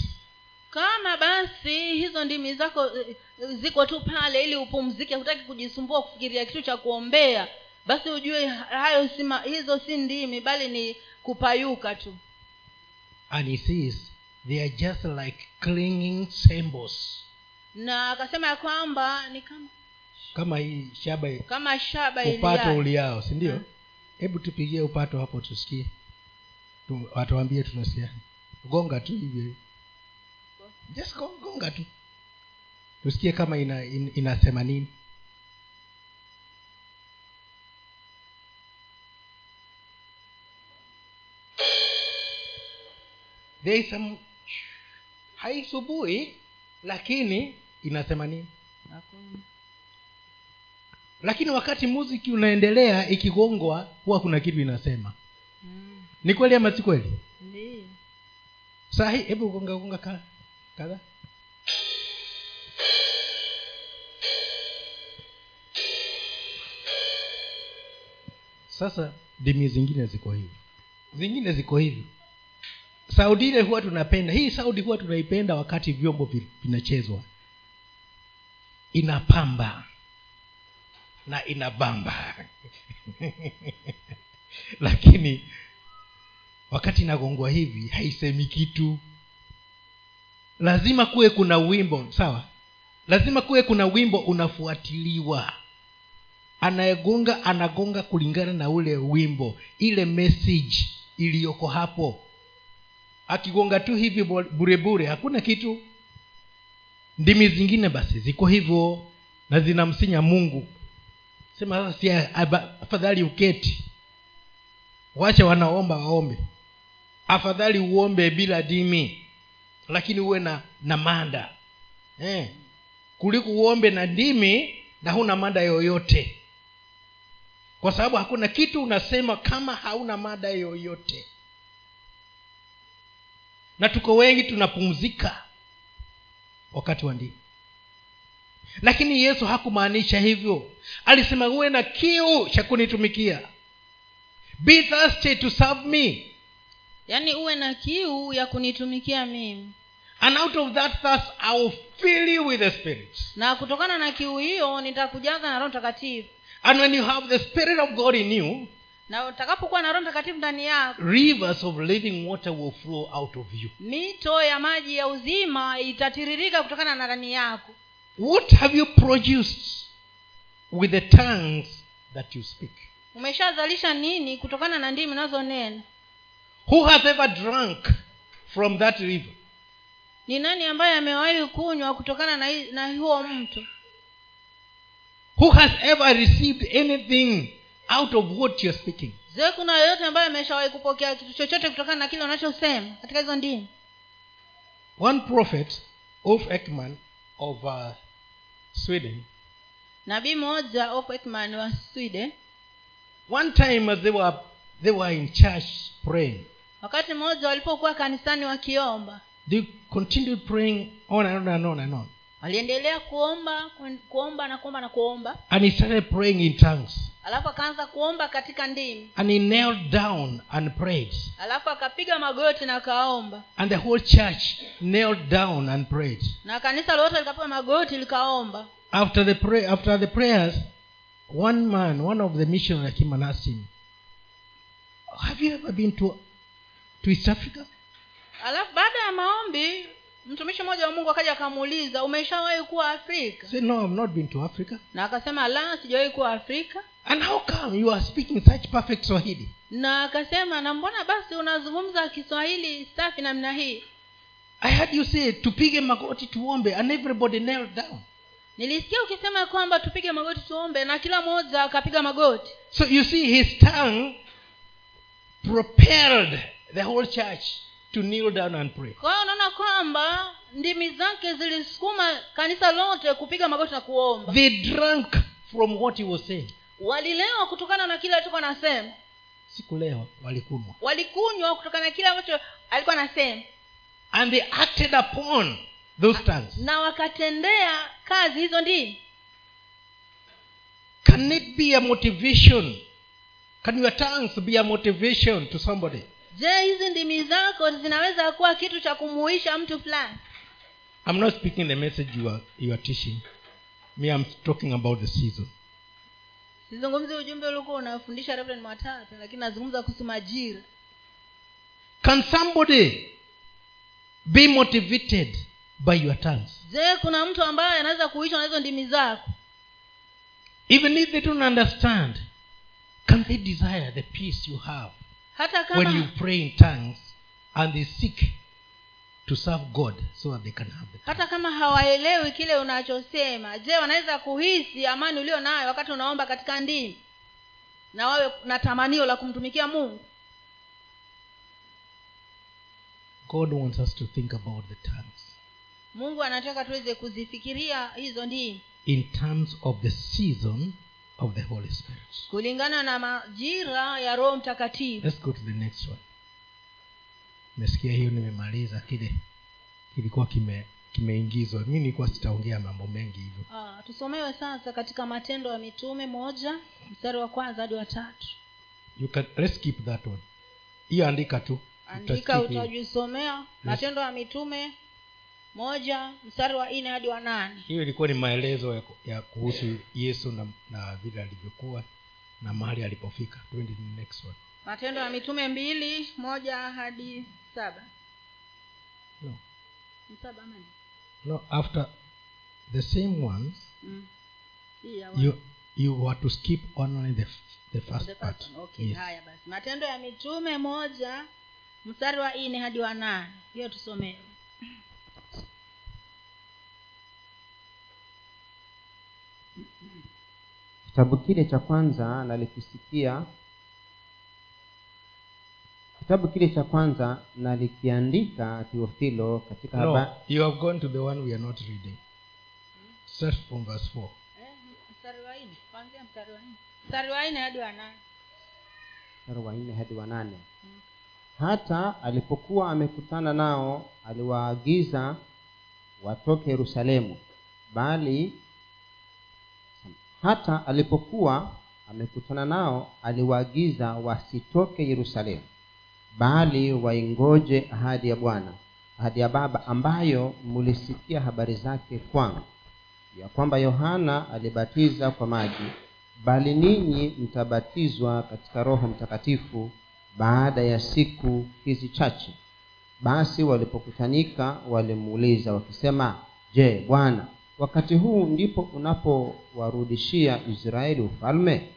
Speaker 1: kama basi hizo ndimi zako eh, ziko tu pale ili upumzike hutaki kujisumbua kufikiria kitu cha kuombea basi ujue hayo sima, hizo si ndimi bali ni kupayuka tu
Speaker 2: and he says they are just like clinging symbols
Speaker 1: na akasema ya kwamba ni kama
Speaker 2: kama hii shaba
Speaker 1: kama shaba
Speaker 2: upato
Speaker 1: iliayo.
Speaker 2: uliao sindio
Speaker 1: Mm.
Speaker 2: hebu tupigie upato hapo tusikie Tu- watuambie tunasikia gonga tu hivyo just go- gonga tu tusikie kama ina, in, inasema nini there is some haisubui lakini inasema nini lakini wakati muziki unaendelea ikigongwa huwa kuna kitu inasema
Speaker 1: Mm,
Speaker 2: ni kweli ama si kweli
Speaker 1: ndiyo.
Speaker 2: sahi hebu gonga gonga ka- kadha sasa dimi zingine ziko hivi zingine ziko hivi sauti ile huwa tunapenda hii sauti huwa tunaipenda wakati vyombo vi- vinachezwa inapamba na inabamba lakini wakati inagongwa hivi haisemi kitu lazima kuwe kuna wimbo sawa lazima kuwe kuna wimbo unafuatiliwa anayegonga anagonga kulingana na ule wimbo ile message iliyoko hapo akigonga tu hivi bo- burebure hakuna kitu ndimi zingine basi ziko hivyo na zinamsinya mungu sema sasa si aba- afadhali uketi wacha wanaomba waombe afadhali uombe bila dimi lakini uwe na na manda eh. kuliko uombe na ndimi na huna mada yoyote kwa sababu hakuna kitu unasema kama hauna mada yoyote na tuko wengi tunapumzika wakati wa ndimi lakini yesu hakumaanisha hivyo alisema uwe na kiu cha kunitumikia be thirsty to serve me
Speaker 1: yaani uwe na kiu ya kunitumikia mimi
Speaker 2: and out of that thirst i will fill you with the spirit
Speaker 1: na kutokana na kiu hiyo nitakujaza na roho mtakatifu
Speaker 2: and when you have the spirit of god in you
Speaker 1: na utakapokuwa na roho mtakatifu ndani yako
Speaker 2: rivers of living water will flow out of you
Speaker 1: mito ya maji ya uzima itatiririka kutokana na ndani yako
Speaker 2: what have you produced with the tongues that you speak
Speaker 1: umeshazalisha nini kutokana na ndimi unazonena
Speaker 2: who has ever drunk from that river
Speaker 1: ni nani ambaye amewahi kunywa kutokana na, hi- na huo mto
Speaker 2: who has ever received anything out of what you're speaking
Speaker 1: je kuna yoyote ambaye ameshawahi kupokea kitu chochote kutokana na kile unachosema katika hizo ndimi
Speaker 2: one prophet of ekman of uh, sweden
Speaker 1: nabii mmoja Olaf Ekman wa sweden
Speaker 2: One time as they were they were in church praying,
Speaker 1: wakati mmoja walipokuwa kanisani wakiomba
Speaker 2: they continued praying on and on and on and on.
Speaker 1: waliendelea kuomba ku- kuomba na kuomba na kuomba
Speaker 2: And he started praying in tongues.
Speaker 1: alafu akaanza kuomba katika ndimi
Speaker 2: And he knelt down and prayed.
Speaker 1: alafu akapiga magoti na akaomba
Speaker 2: And the whole church knelt down and prayed.
Speaker 1: na kanisa lote likapiga magoti likaomba
Speaker 2: After the pray after the prayers, one man, one of the missionary came and asked him, Have you ever been to to East Africa?
Speaker 1: alafu baada ya maombi mtumishi mmoja wa mungu akaja akamuuliza umeshawahi kuwa afrika
Speaker 2: He said, No, I've not been to Africa.
Speaker 1: na akasema la sijawahi kuwa afrika
Speaker 2: And how come you are speaking such perfect Swahili?
Speaker 1: na akasema na mbona basi unazungumza kiswahili safi namna hii
Speaker 2: i heard you say tupige magoti tuombe and everybody knelt down
Speaker 1: nilisikia ukisema kwamba tupige magoti tuombe na kila mmoja akapiga magoti
Speaker 2: so you see his tongue propelled the whole church to kneel down and pray
Speaker 1: kwa hiyo unaona kwamba ndimi zake zilisukuma kanisa lote kupiga magoti na kuomba
Speaker 2: they drank from what he was saying
Speaker 1: walilewa kutokana na kile alichokuwa anasema
Speaker 2: sikuleo walikunwa
Speaker 1: walikunywa kutokana na kile ambacho alikuwa anasema
Speaker 2: and they acted upon those tongues
Speaker 1: na wakatendea kazi hizo ndimi
Speaker 2: can it be a motivation can your tongues be a motivation to somebody
Speaker 1: je hizi ndimi zako zinaweza kuwa kitu cha kumuisha mtu fulani
Speaker 2: i'm not speaking the message you are, you are teaching me i'm talking about the season
Speaker 1: sizungumzi ujumbe uliokuwa unafundisha reverend mwatata lakini nazungumza kuhusu majira
Speaker 2: can somebody be motivated by your tongues
Speaker 1: je kuna mtu ambaye anaweza kuishwa na hizo ndimi zako
Speaker 2: even if they don't understand can they desire the peace you have
Speaker 1: hata kama
Speaker 2: when you pray in tongues and they seek to serve god so that they can have the
Speaker 1: hata kama hawaelewi kile unachosema je wanaweza kuhisi amani ulio nayo wakati unaomba katika ndimi na wawe na tamanio la kumtumikia mungu
Speaker 2: god wants us to think about the tongues
Speaker 1: mungu anataka tuweze kuzifikiria hizo ndimi
Speaker 2: in terms of the season of the holy spirit
Speaker 1: kulingana na majira ya roho mtakatifu
Speaker 2: let's go to the next one mesikia hiyo nimemaliza kile kilikuwa kime kimeingizwa mi nilikuwa sitaongea mambo mengi hivyo
Speaker 1: Ah, tusomewe sasa katika matendo ya mitume moja mstari wa kwanza hadi wa tatu
Speaker 2: you can let's keep that one hiyo andika tu
Speaker 1: andika
Speaker 2: Utasikia hiyo.
Speaker 1: utajisomea matendo ya mitume moja mstari wa nne hadi wa nane
Speaker 2: hiyo ilikuwa ni maelezo ya, ku- ya kuhusu yesu na, na vile alivyokuwa na mahali alipofika Twende to the next one
Speaker 1: matendo ya mitume mbili moja hadi saba
Speaker 2: no,
Speaker 1: Ni saba ama ni?
Speaker 2: no after the same ones
Speaker 1: Mm. Hii ya wa-
Speaker 2: you you were to skip only the, f- the first
Speaker 1: the
Speaker 2: part
Speaker 1: first one. Okay,
Speaker 2: Yes.
Speaker 1: haya basi matendo ya mitume moja mstari wa nne hadi wa nane hiyo tusomewe
Speaker 3: kitabu kile cha kwanza nalikisikia kitabu kile cha kwanza nalikiandika thiofilo katika
Speaker 2: no
Speaker 3: haba-
Speaker 2: you have gone to the one we are not reading start from verse 4
Speaker 1: eh, mstari wa nne kwanzia mstari wa nne mstari wa nne hadi wa nane
Speaker 3: mstari wa nne hadi wa nane hata alipokuwa amekutana nao aliwaagiza watoke yerusalemu bali hata alipokuwa amekutana nao aliwaagiza wasitoke yerusalemu bali waingoje ahadi ya bwana ahadi ya baba ambayo mlisikia habari zake kwangu ya kwamba yohana alibatiza kwa maji bali ninyi mtabatizwa katika roho mtakatifu baada ya siku hizi chache basi walipokutanika walimuuliza wakisema je bwana wakati huu ndipo unapowarudishia israeli ufalme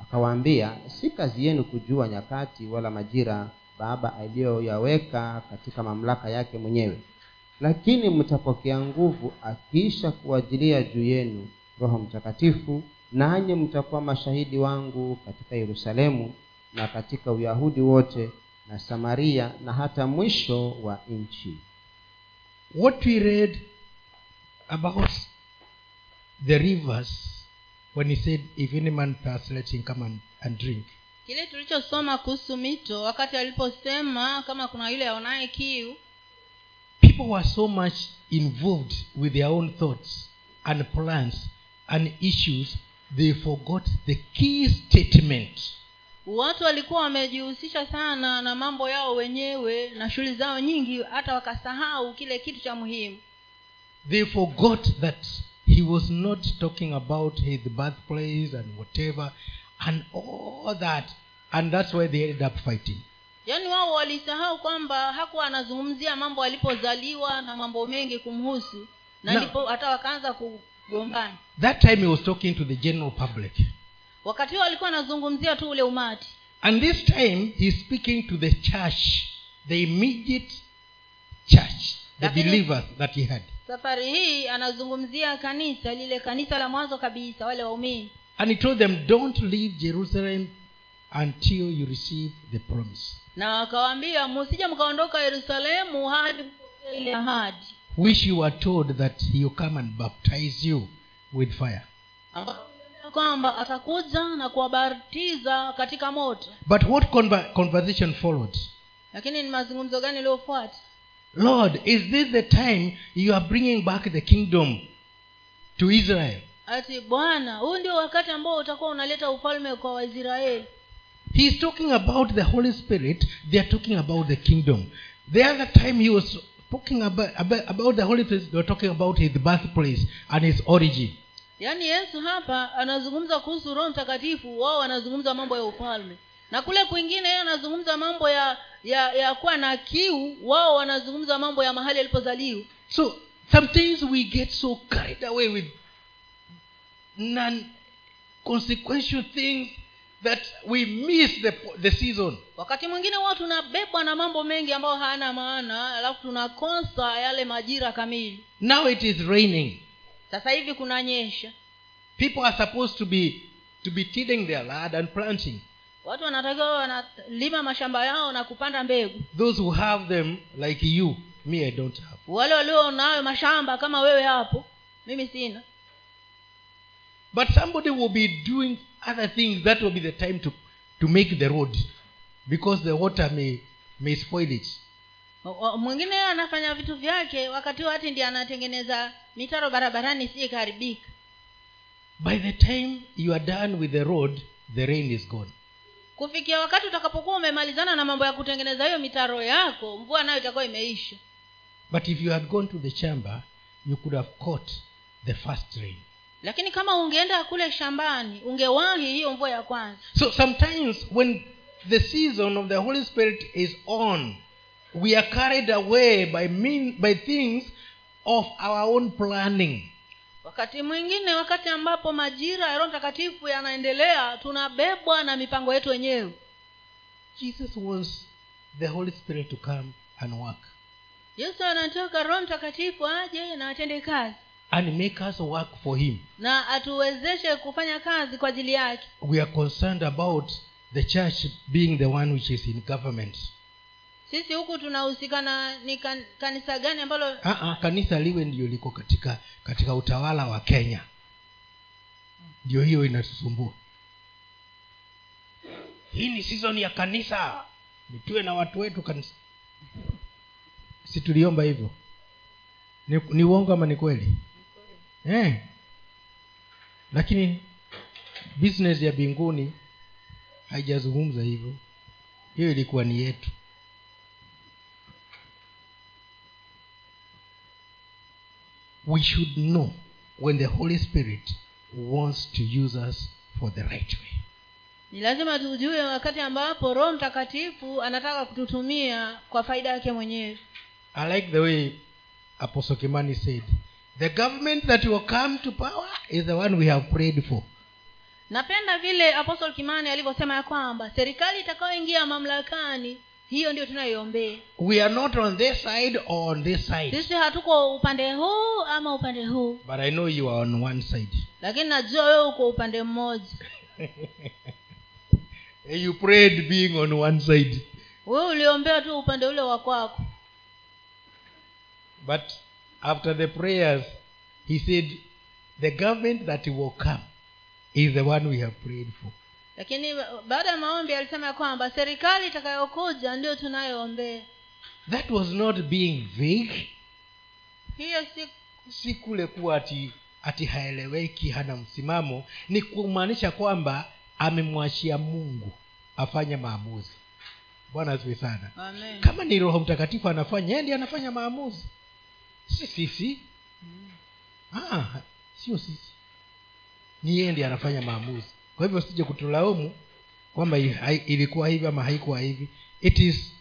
Speaker 3: akawaambia si kazi yenu kujua nyakati wala majira baba aliyoyaweka katika mamlaka yake mwenyewe lakini mtapokea nguvu akiisha kuwajilia juu yenu roho mtakatifu nanyi mtakuwa mashahidi wangu katika yerusalemu na katika uyahudi wote na samaria na hata mwisho wa nchi
Speaker 2: what we read about the rivers when he said if any man thirst let him come and, and drink
Speaker 1: kile tulichosoma kuhusu mito wakati aliposema kama kuna yule aonaye kiu
Speaker 2: people were so much involved with their own thoughts and plans and issues they forgot the key statement
Speaker 1: watu walikuwa wamejihusisha sana na mambo yao wenyewe na shughuli zao nyingi hata wakasahau kile kitu cha muhimu
Speaker 2: they forgot that he was not talking about his birthplace and whatever and all that and that's why they ended up fighting
Speaker 1: yaani wao walisahau kwamba hakuwa anazungumzia mambo alipozaliwa na mambo mengi kumhusu na
Speaker 2: Na-
Speaker 1: ndipo hata wakaanza kugombana
Speaker 2: that time he was talking to the general public
Speaker 1: wakati huo walikuwa anazungumzia tu ule umati
Speaker 2: and this time he's speaking to the church the immediate church the
Speaker 1: Lakini-
Speaker 2: believers that he had
Speaker 1: safari hii anazungumzia kanisa lile kanisa la mwanzo kabisa wale waumini
Speaker 2: and he told them don't leave jerusalem until you receive the promise
Speaker 1: na akawaambia msije mkaondoka yerusalemu hadi mpokee ile ahadi
Speaker 2: which you were told that he'll come and baptize you with fire
Speaker 1: Akawaambia kwamba atakuja na kuwabatiza katika moto
Speaker 2: but what conver- conversation followed
Speaker 1: lakini ni mazungumzo gani yaliyofuata
Speaker 2: lord is this the time you are bringing back the kingdom to israel
Speaker 1: ati bwana huu ndio wakati ambao utakuwa unaleta ufalme kwa waisraeli
Speaker 2: He's talking about the Holy Spirit. They are talking about the kingdom. The other time he was talking about, about, about the Holy Spirit, they were talking about his birthplace and his origin.
Speaker 1: yaani yesu hapa anazungumza kuhusu roho mtakatifu wao wanazungumza mambo ya ufalme na kule kwingine yeye anazungumza mambo ya ya ya kuwa na kiu wao wanazungumza mambo ya mahali alipozaliwa
Speaker 2: So sometimes we get so carried away with non consequential things that we miss the, po- the season.
Speaker 1: wakati mwingine huwa tunabebwa na mambo mengi ambayo hayana maana alafu tunakosa yale majira kamili
Speaker 2: Now it is raining.
Speaker 1: sasa hivi kunanyesha
Speaker 2: People are supposed to be to be tilling their land and planting.
Speaker 1: watu wanatakiwa wanalima mashamba yao na kupanda mbegu
Speaker 2: Those who have them, like you, me, I don't have.
Speaker 1: wale walio nayo mashamba kama wewe hapo mimi sina
Speaker 2: But somebody will be doing other things. That will be the time to, to make the road because the water may, may spoil it.
Speaker 1: O- o- mwingine yeye anafanya vitu vyake wakati huo hati ndiye anatengeneza mitaro barabarani sije ikaharibika
Speaker 2: By the time you are done with the road, the rain is gone.
Speaker 1: kufikia wakati utakapokuwa umemalizana na mambo ya kutengeneza hiyo mitaro yako mvua nayo itakuwa imeisha
Speaker 2: But if you had gone to the chamber, you could have caught the first rain.
Speaker 1: lakini kama ungeenda kule shambani ungewahi hiyo mvua ya kwanza
Speaker 2: So sometimes when the season of the Holy Spirit is on, we are carried away by mean by things of our own planning.
Speaker 1: wakati mwingine wakati ambapo majira ya roho mtakatifu yanaendelea tunabebwa na mipango yetu wenyewe
Speaker 2: Jesus wants the Holy Spirit to come and work.
Speaker 1: yesu anataka roho mtakatifu aje na atende kazi
Speaker 2: and make us work for him
Speaker 1: na atuwezeshe kufanya kazi kwa ajili yake
Speaker 2: we are concerned about the church being the one which is in government
Speaker 1: sisi huku tunahusika na ni kan, kanisa gani ambalo
Speaker 2: uh-uh, kanisa liwe ndio liko katika katika utawala wa kenya ndio hiyo inatusumbua hii ni season ya kanisa nituwe na watu wetu kanisa si tuliomba hivyo ni, ni uongo ama ni kweli eh. lakini business ya mbinguni haijazungumza hivyo hiyo ilikuwa ni yetu we should know when the holy spirit wants to use us for the right way
Speaker 1: ni lazima tujue wakati ambapo roho mtakatifu anataka kututumia kwa faida yake mwenyewe
Speaker 2: i like the way apostle kimani said the government that will come to power is the one we have prayed for
Speaker 1: napenda vile apostle kimani alivyosema ya kwamba serikali itakayoingia mamlakani hiyo ndio tunaiombea
Speaker 2: we are not on this side or on this side
Speaker 1: sisi hatuko upande huu ama upande huu
Speaker 2: but i know you are on one side
Speaker 1: lakini najua wewe uko upande mmoja
Speaker 2: Eh, you prayed being on one side
Speaker 1: wewe uliombea tu upande ule wa kwako
Speaker 2: but after the prayers he said the government that will come is the one we have prayed for
Speaker 1: lakini ba- baada ya maombi alisema ya kwamba serikali itakayokuja ndio tunayoombea
Speaker 2: that was not being vague
Speaker 1: hiyo si
Speaker 2: si kule kuwa ati ati haeleweki hana msimamo ni kumaanisha kwamba amemwachia mungu afanye maamuzi bwana asiwe sana
Speaker 1: Amen.
Speaker 2: kama ni roho mtakatifu anafanya yeye ndiye anafanya maamuzi si sisi ah, sio sisi ni yeye ndiye anafanya maamuzi kwa hivyo sije kutulaumu kwamba i- hai- ilikuwa hivi ama haikuwa hivi it is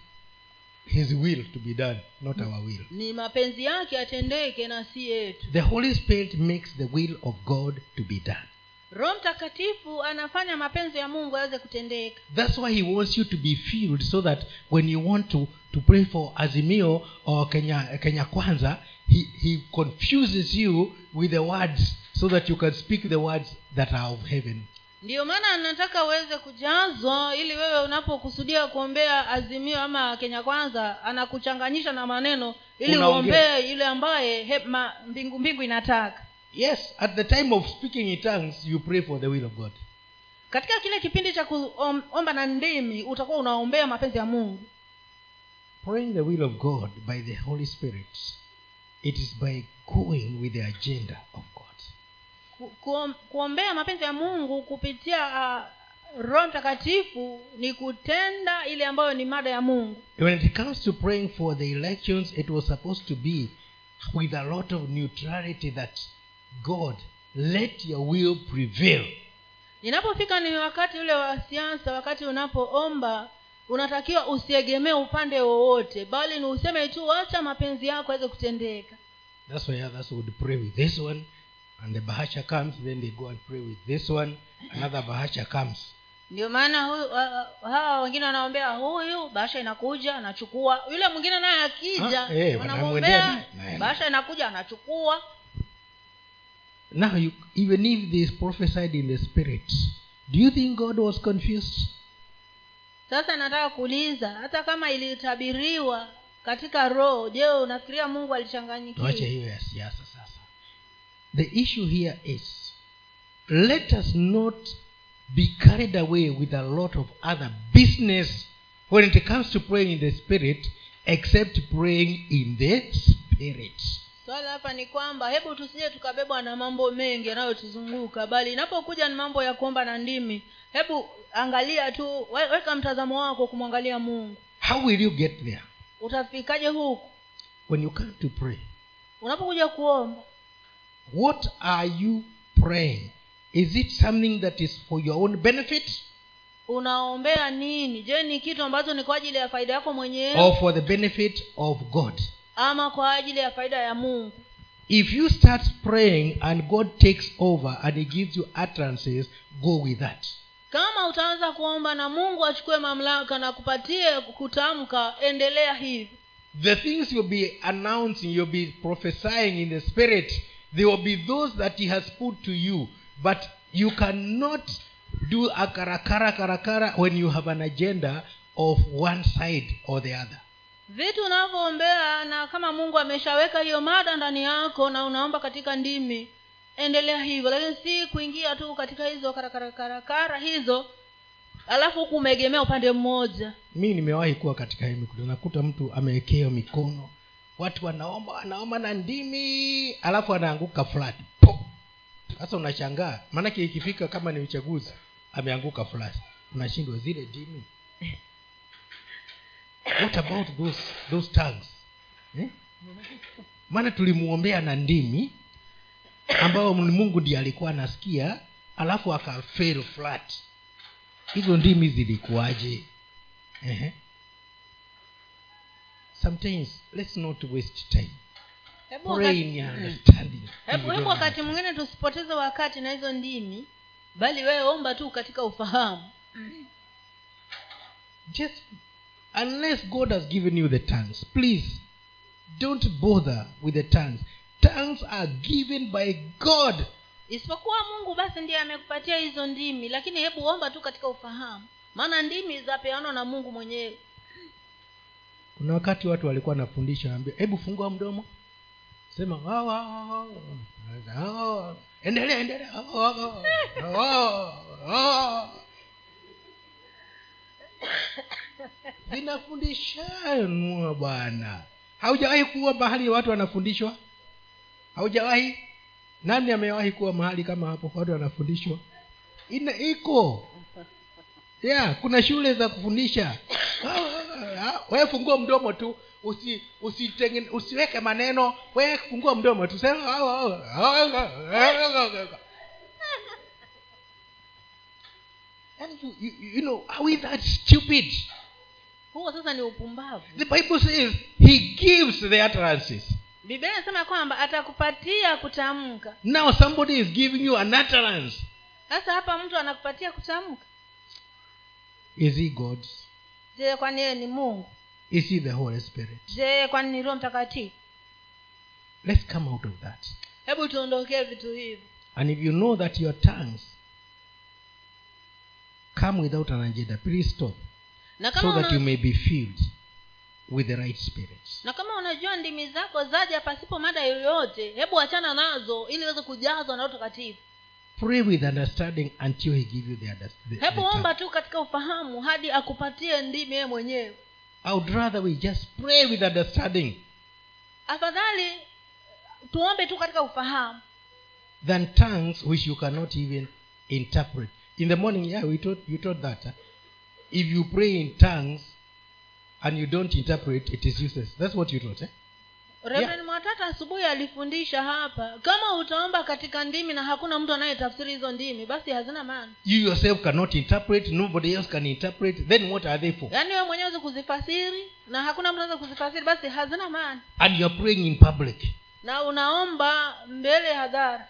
Speaker 2: his will to be done not our will
Speaker 1: ni mapenzi yake yatendeke na si yetu
Speaker 2: the holy spirit makes the will of god to be done
Speaker 1: roho mtakatifu anafanya mapenzi ya mungu yaweze kutendeka
Speaker 2: That's why he wants you to be filled so that when you want to, to pray for Azimio or Kenya, Kenya Kwanza, he, he confuses you with the words so that you can speak the words that are of heaven.
Speaker 1: ndiyo maana anataka uweze kujazwa ili wewe unapokusudia kuombea azimio ama kenya kwanza anakuchanganyisha na maneno ili
Speaker 2: Unaongea.
Speaker 1: uombee yule ambaye he- ma- mbingu mbingu inataka
Speaker 2: Yes, at the time of speaking in tongues, you pray for the will of God.
Speaker 1: katika kile kipindi cha kuomba na ndimi utakuwa unaombea mapenzi ya mungu
Speaker 2: Praying the will of God by the Holy Spirit, it is by going with the agenda of God.
Speaker 1: Ku- kuom- kuombea mapenzi ya mungu kupitia ah, roho mtakatifu ni kutenda ile ambayo ni mada ya mungu
Speaker 2: When it comes to praying for the elections, it was supposed to be with a lot of neutrality that God, let your will prevail.
Speaker 1: inapofika ni wakati ule wa siasa wakati unapoomba unatakiwa usiegemee upande wowote bali ni useme tu acha mapenzi yako aweze kutendeka
Speaker 2: That's why others would pray with this one, and the Bahasha comes, then they go and pray with this one, another Bahasha comes.
Speaker 1: ndio maana huyu- ah, ah, hawa wengine wanaombea huyu basha inakuja anachukua yule mwingine naye akija
Speaker 2: Ah, eh, wanamwendea
Speaker 1: wanamwombea
Speaker 2: naye, naye.
Speaker 1: basha inakuja anachukua
Speaker 2: Now, you, even if they prophesied in the Spirit, do you think God was confused?
Speaker 1: sasa nataka kuuliza hata kama ilitabiriwa katika roho je unafikiria mungu
Speaker 2: tuache
Speaker 1: alichanganyikiwa
Speaker 2: hiyo ya siasa sasa the issue here is let us not be carried away with a lot of other business when it comes to praying in the spirit except praying in the spirit
Speaker 1: swala hapa ni kwamba hebu tusije tukabebwa na mambo mengi yanayotuzunguka bali inapokuja ni mambo ya kuomba na ndimi hebu angalia tu we- weka mtazamo wako kumwangalia mungu
Speaker 2: how will you get there
Speaker 1: utafikaje huku
Speaker 2: when you come to pray
Speaker 1: unapokuja kuomba
Speaker 2: what are you praying is it something that is for your own benefit
Speaker 1: unaombea nini je ni kitu ambacho ni kwa ajili ya faida yako mwenyewe
Speaker 2: or for the benefit of god
Speaker 1: ama kwa ajili ya faida ya mungu
Speaker 2: If you start praying and God takes over and He gives you utterances, go with that.
Speaker 1: kama utaanza kuomba na mungu achukue mamlaka na kupatie kutamka endelea hivi
Speaker 2: The things you'll be announcing, you'll be prophesying in the Spirit, they will be those that He has put to you. But you cannot do a karakara karakara when you have an agenda of one side or the other.
Speaker 1: vitu unavyoombea na kama mungu ameshaweka hiyo mada ndani yako na unaomba katika ndimi endelea hivyo lakini si kuingia tu katika hizo karakarakarakara hizo alafu huku umeegemea upande mmoja
Speaker 2: mi nimewahi kuwa katika hii mikutano nakuta mtu amewekewa mikono watu wanaomba wanaomba na ndimi alafu anaanguka flat Po! sasa unashangaa maanake ikifika kama ni uchaguzi ameanguka flat unashindwa zile ndimi what about those, those tongues eh? maana tulimwombea na ndimi ambayo ni mungu ndiye alikuwa anasikia alafu akafail flat hizo ndimi zilikuwaje uh Sometimes let's not waste time.
Speaker 1: hebu
Speaker 2: Pray in
Speaker 1: wakati,
Speaker 2: your
Speaker 1: Mm.
Speaker 2: understanding. if
Speaker 1: hebu
Speaker 2: you
Speaker 1: hebu
Speaker 2: don't
Speaker 1: wakati
Speaker 2: have-
Speaker 1: mwingine tusipoteze wakati na hizo ndimi bali wewe omba tu katika ufahamu
Speaker 2: Just unless God has given you the tongues, please don't bother with the tongues. Tongues are given by God.
Speaker 1: isipokuwa mungu basi ndiye amekupatia hizo ndimi lakini hebu omba tu katika ufahamu maana ndimi zapeanwa na mungu mwenyewe
Speaker 2: kuna wakati watu walikuwa wanafundisha wanaambia hebu fungua mdomo sema "Wa, wa, wa, wa." Wa, wa, wa. endelea endelea Wa, wa, wa, wa. Wa, wa, wa. zinafundishanwa oh bwana haujawahi kuwa mahali watu wanafundishwa haujawahi nani amewahi kuwa mahali kama hapo watu wanafundishwa Ina, iko yeah kuna shule za kufundisha Ah, wewe fungua mdomo tu usi, usitengen, usiweke maneno wewe fungua mdomo tu sema "Ah, And you, you, you know are we that stupid
Speaker 1: huo sasa ni upumbavu
Speaker 2: the bible says he gives the utterances
Speaker 1: biblia inasema kwamba atakupatia kutamka
Speaker 2: now somebody is giving you an utterance
Speaker 1: sasa hapa mtu anakupatia kutamka
Speaker 2: is he god
Speaker 1: je kwani yeye ni mungu
Speaker 2: is he the holy spirit
Speaker 1: je kwani ni roho mtakatifu
Speaker 2: let's come out of that
Speaker 1: hebu tuondokee vitu hivi
Speaker 2: and if you know that your tongues come without an agenda please stop
Speaker 1: na kama
Speaker 2: so that you
Speaker 1: una,
Speaker 2: may be filled with the right spirit
Speaker 1: na kama unajua ndimi zako zaja pasipo mada yoyote hebu achana nazo ili uweze kujazwa na roho takatifu
Speaker 2: pray with understanding until he give you the understanding
Speaker 1: hebu omba tu katika ufahamu hadi akupatie ndimi yeye mwenyewe
Speaker 2: i would rather we just pray with understanding
Speaker 1: afadhali tuombe tu katika ufahamu
Speaker 2: than tongues which you cannot even interpret. In the morning, yeah, we taught you taught that. huh? If you pray in tongues and you don't interpret, it is useless. That's what you taught, eh?
Speaker 1: reverend mwatata asubuhi alifundisha hapa kama utaomba katika ndimi na hakuna mtu anayetafsiri hizo ndimi basi hazina maana
Speaker 2: You yourself cannot interpret, nobody else can interpret, then what are they for?
Speaker 1: yaani wewe mwenyewe huwezi kuzifasiri na hakuna mtu anaweza kuzifasiri basi hazina maana
Speaker 2: And you're praying in public.
Speaker 1: na unaomba mbele ya hadhara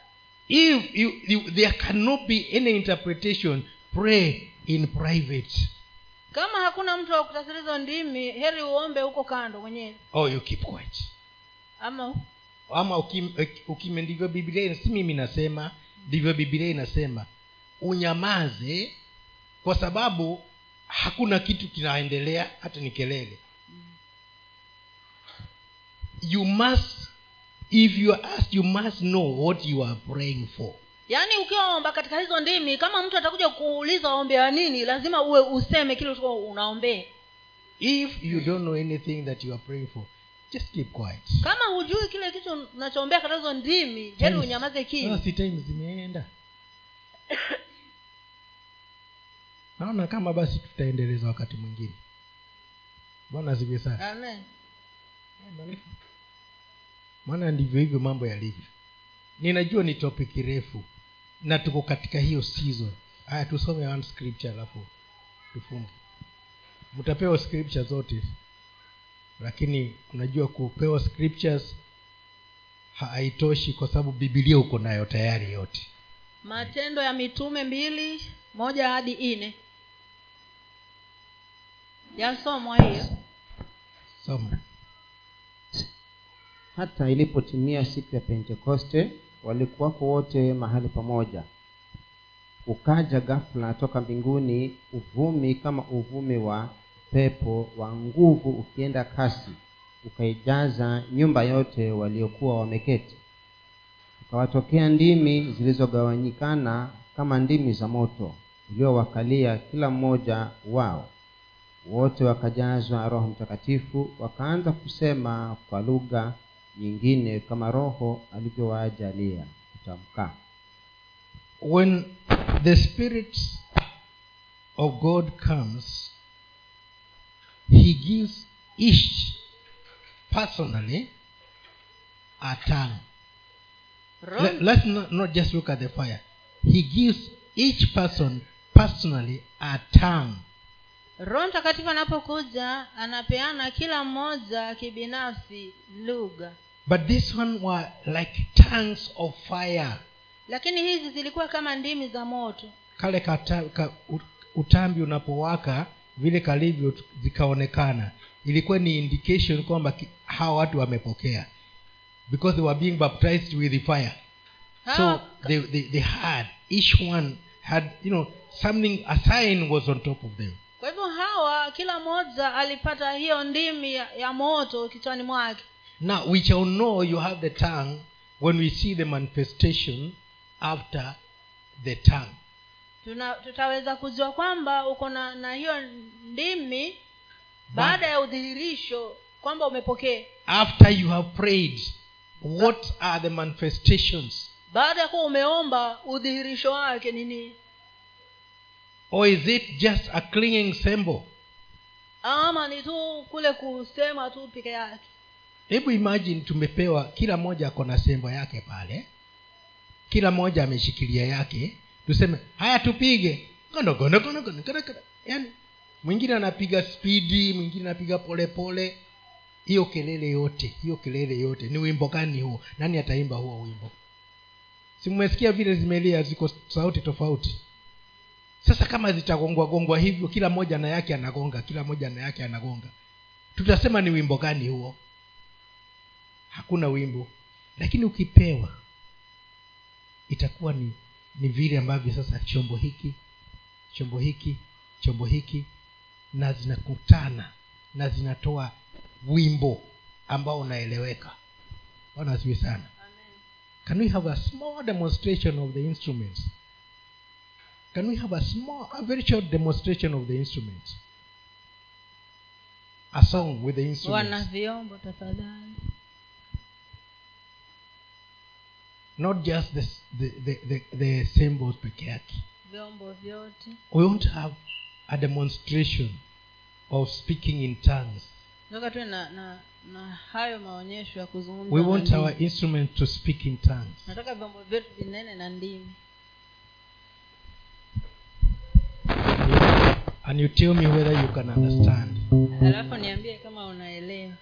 Speaker 2: If you, you there cannot be any interpretation, pray in private.
Speaker 1: kama hakuna mtu wa kutafsiri hizo ndimi heri uombe huko kando mwenyewe
Speaker 2: Or you keep quiet.
Speaker 1: ama u-
Speaker 2: ama ukim- uk- ukime ndivyo biblia ina- si mimi nasema ndivyo biblia inasema unyamaze kwa sababu hakuna kitu kinaendelea hata ni kelele you must if you are asked you must know what you are praying for
Speaker 1: yaani ukiwaomba katika hizo ndimi kama mtu atakuja kuuliza waombea nini lazima uwe useme kile ulikuwa unaombea
Speaker 2: if you don't know anything that you are praying for just keep quiet
Speaker 1: kama hujui kile kitu unachoombea katika hizo ndimi heri
Speaker 2: Yes.
Speaker 1: unyamaze kimya
Speaker 2: Sasa si time zimeenda naona kama basi tutaendeleza wakati mwingine bwana ziwe sana
Speaker 1: amen
Speaker 2: maana ndivyo hivyo mambo yalivyo ninajua ni topic refu na tuko katika hiyo season haya tusome one scripture alafu tufunge mtapewa scripture zote lakini unajua kupewa scriptures haitoshi kwa sababu bibilia uko nayo tayari yote
Speaker 1: matendo ya mitume mbili moja hadi nne yasomwa hiyo
Speaker 2: soma
Speaker 3: hata ilipotimia siku ya pentekoste walikuwako wote mahali pamoja ukaja ghafula toka mbinguni uvumi kama uvumi wa pepo wa nguvu ukienda kasi ukaijaza nyumba yote waliokuwa wameketi ukawatokea ndimi zilizogawanyikana kama ndimi za moto iliyowakalia kila mmoja wao wote wakajazwa roho mtakatifu wakaanza kusema kwa lugha nyingine kama roho alivyowaajalia kutamka
Speaker 2: when the spirit of god comes he gives each personally a tongue
Speaker 1: Roho-
Speaker 2: Let, let's not, not just look at the fire he gives each person personally a tongue
Speaker 1: roho mtakatifu anapokuja anapeana kila mmoja kibinafsi lugha
Speaker 2: but this one were like tongues of fire
Speaker 1: lakini hizi zilikuwa kama ndimi za moto
Speaker 2: kale kata, ka, u- utambi unapowaka vile kalivyo tu- zikaonekana ilikuwa ni indication kwamba ki- hawa watu wamepokea because they were being baptized with the fire
Speaker 1: Ah.
Speaker 2: so
Speaker 1: hawa,
Speaker 2: they, they, they had each one had you know something a sign was on top of them
Speaker 1: kwa hivyo hawa kila mmoja alipata hiyo ndimi ya, ya moto kichwani mwake
Speaker 2: now we shall know you have the tongue when we see the manifestation after the tongue
Speaker 1: Tuna, tutaweza kujua kwamba uko na, na hiyo ndimi
Speaker 2: Baada-
Speaker 1: baada ya udhihirisho kwamba umepokea
Speaker 2: after you have prayed what are the manifestations
Speaker 1: baada ya kuwa umeomba udhihirisho wake ni nini
Speaker 2: Or is it just a clinging symbol?
Speaker 1: ama ni tu kule kusema tu peke yake
Speaker 2: hebu imagine tumepewa kila mmoja ako na sembo yake pale kila mmoja ameshikilia yake tuseme haya tupige Kono, kono, kono, kono, kono, kono. yaani mwingine anapiga spidi mwingine anapiga polepole hiyo kelele yote hiyo kelele yote ni wimbo gani huo nani ataimba huo wimbo si mmesikia vile zimelia ziko sauti tofauti sasa kama zitagongwa gongwa hivyo kila mmoja na yake anagonga kila mmoja na yake anagonga tutasema ni wimbo gani huo hakuna wimbo lakini ukipewa itakuwa ni ni vile ambavyo sasa chombo hiki chombo hiki chombo hiki na zinakutana na zinatoa wimbo ambao unaeleweka bwana asiwe sana can we have a small demonstration of the instruments can we have a small a very short demonstration of the instruments a song with the
Speaker 1: wana
Speaker 2: instruments
Speaker 1: vyombo tafadhali
Speaker 2: not just the the the, the, the symbols peke yake
Speaker 1: vyombo vyote
Speaker 2: we won't have a demonstration of speaking in tongues
Speaker 1: toka tuwe na, na na hayo maonyesho ya kuzungumza
Speaker 2: we
Speaker 1: na
Speaker 2: want
Speaker 1: ndimi.
Speaker 2: our instrument to speak in tongues
Speaker 1: nataka vyombo vyetu vinene na ndimi
Speaker 2: and you tell me whether you can understand
Speaker 1: alafu niambie kama unaelewa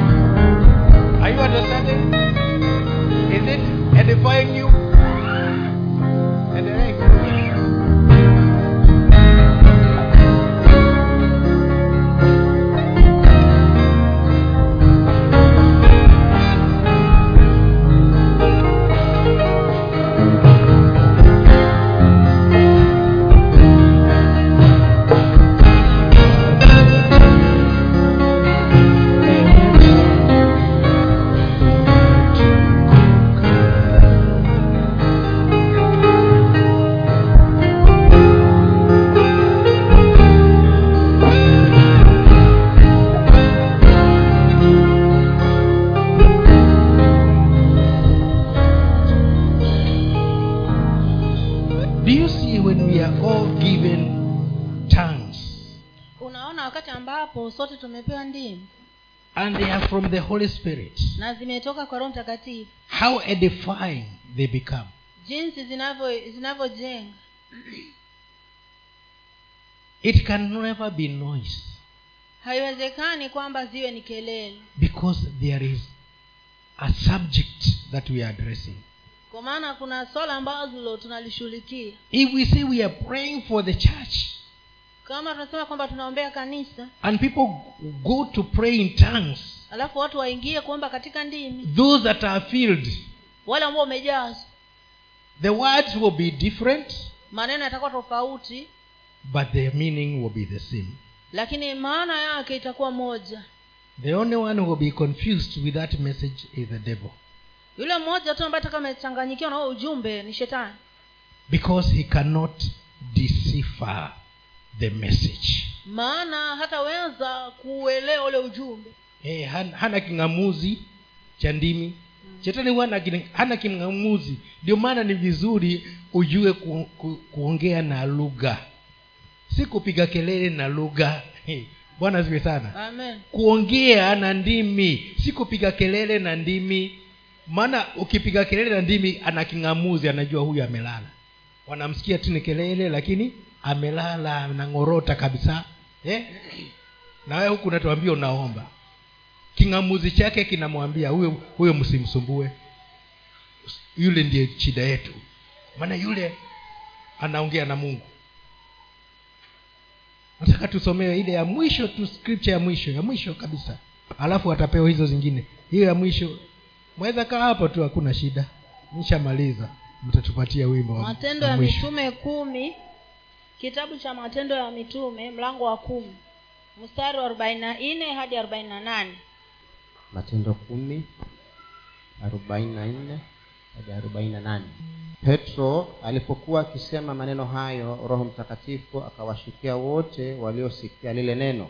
Speaker 2: are you understanding is it edifying you Edifying. do you see when we are all given tongues
Speaker 1: unaona wakati ambapo sote tumepewa ndimi
Speaker 2: and they are from the holy spirit
Speaker 1: na zimetoka kwa roho mtakatifu
Speaker 2: how edifying they become
Speaker 1: jinsi zinavyo zinavyojenga
Speaker 2: it can never be noise
Speaker 1: haiwezekani kwamba ziwe ni kelele
Speaker 2: because there is a subject that we are addressing
Speaker 1: kwa maana kuna swala ambalo tunalishughulikia
Speaker 2: if we say we are praying for the church
Speaker 1: kama tunasema kwamba tunaombea kanisa
Speaker 2: and people go to pray in tongues
Speaker 1: alafu watu waingie kuomba katika ndimi
Speaker 2: those that are filled
Speaker 1: wale ambao umejazwa
Speaker 2: the words will be different
Speaker 1: maneno yatakuwa tofauti
Speaker 2: but their meaning will be the same
Speaker 1: lakini maana yake itakuwa moja
Speaker 2: the only one who will be confused with that message is the devil
Speaker 1: yule mmoja tu ambaye atakuwa amechanganyikiwa na huo ujumbe ni shetani
Speaker 2: because he cannot decipher the message
Speaker 1: maana hataweza kuelewa ule ujumbe
Speaker 2: Eh, han- hana king'amuzi cha ndimi shetani huwa hana kin- hana king'amuzi ndio maana ni vizuri ujue ku, ku, kuongea na lugha si kupiga kelele na lugha Eh, bwana ziwe sana
Speaker 1: amen
Speaker 2: kuongea na ndimi si kupiga kelele na ndimi maana ukipiga kelele na ndimi ana king'amuzi anajua huyu amelala wanamsikia tu ni kelele lakini amelala anang'orota kabisa eh? na wewe huku unatuambia unaomba king'amuzi chake kinamwambia huyo huyo msimsumbue yule ndiye shida yetu maana yule anaongea na mungu nataka tusomewe ile ya mwisho tu scripture ya mwisho ya mwisho kabisa alafu atapewa hizo zingine hiyo ya mwisho mwaweza kaa hapo tu hakuna shida nishamaliza mtatupatia wimbo wa-
Speaker 1: matendo
Speaker 2: wa
Speaker 1: ya
Speaker 2: mwisho.
Speaker 1: mitume kumi kitabu cha matendo ya mitume mlango wa kumi mstari wa arobaini na nne hadi arobaini na nane
Speaker 3: matendo kumi arobaini na nne hadi arobaini na nane petro alipokuwa akisema maneno hayo roho mtakatifu akawashukia wote waliosikia lile neno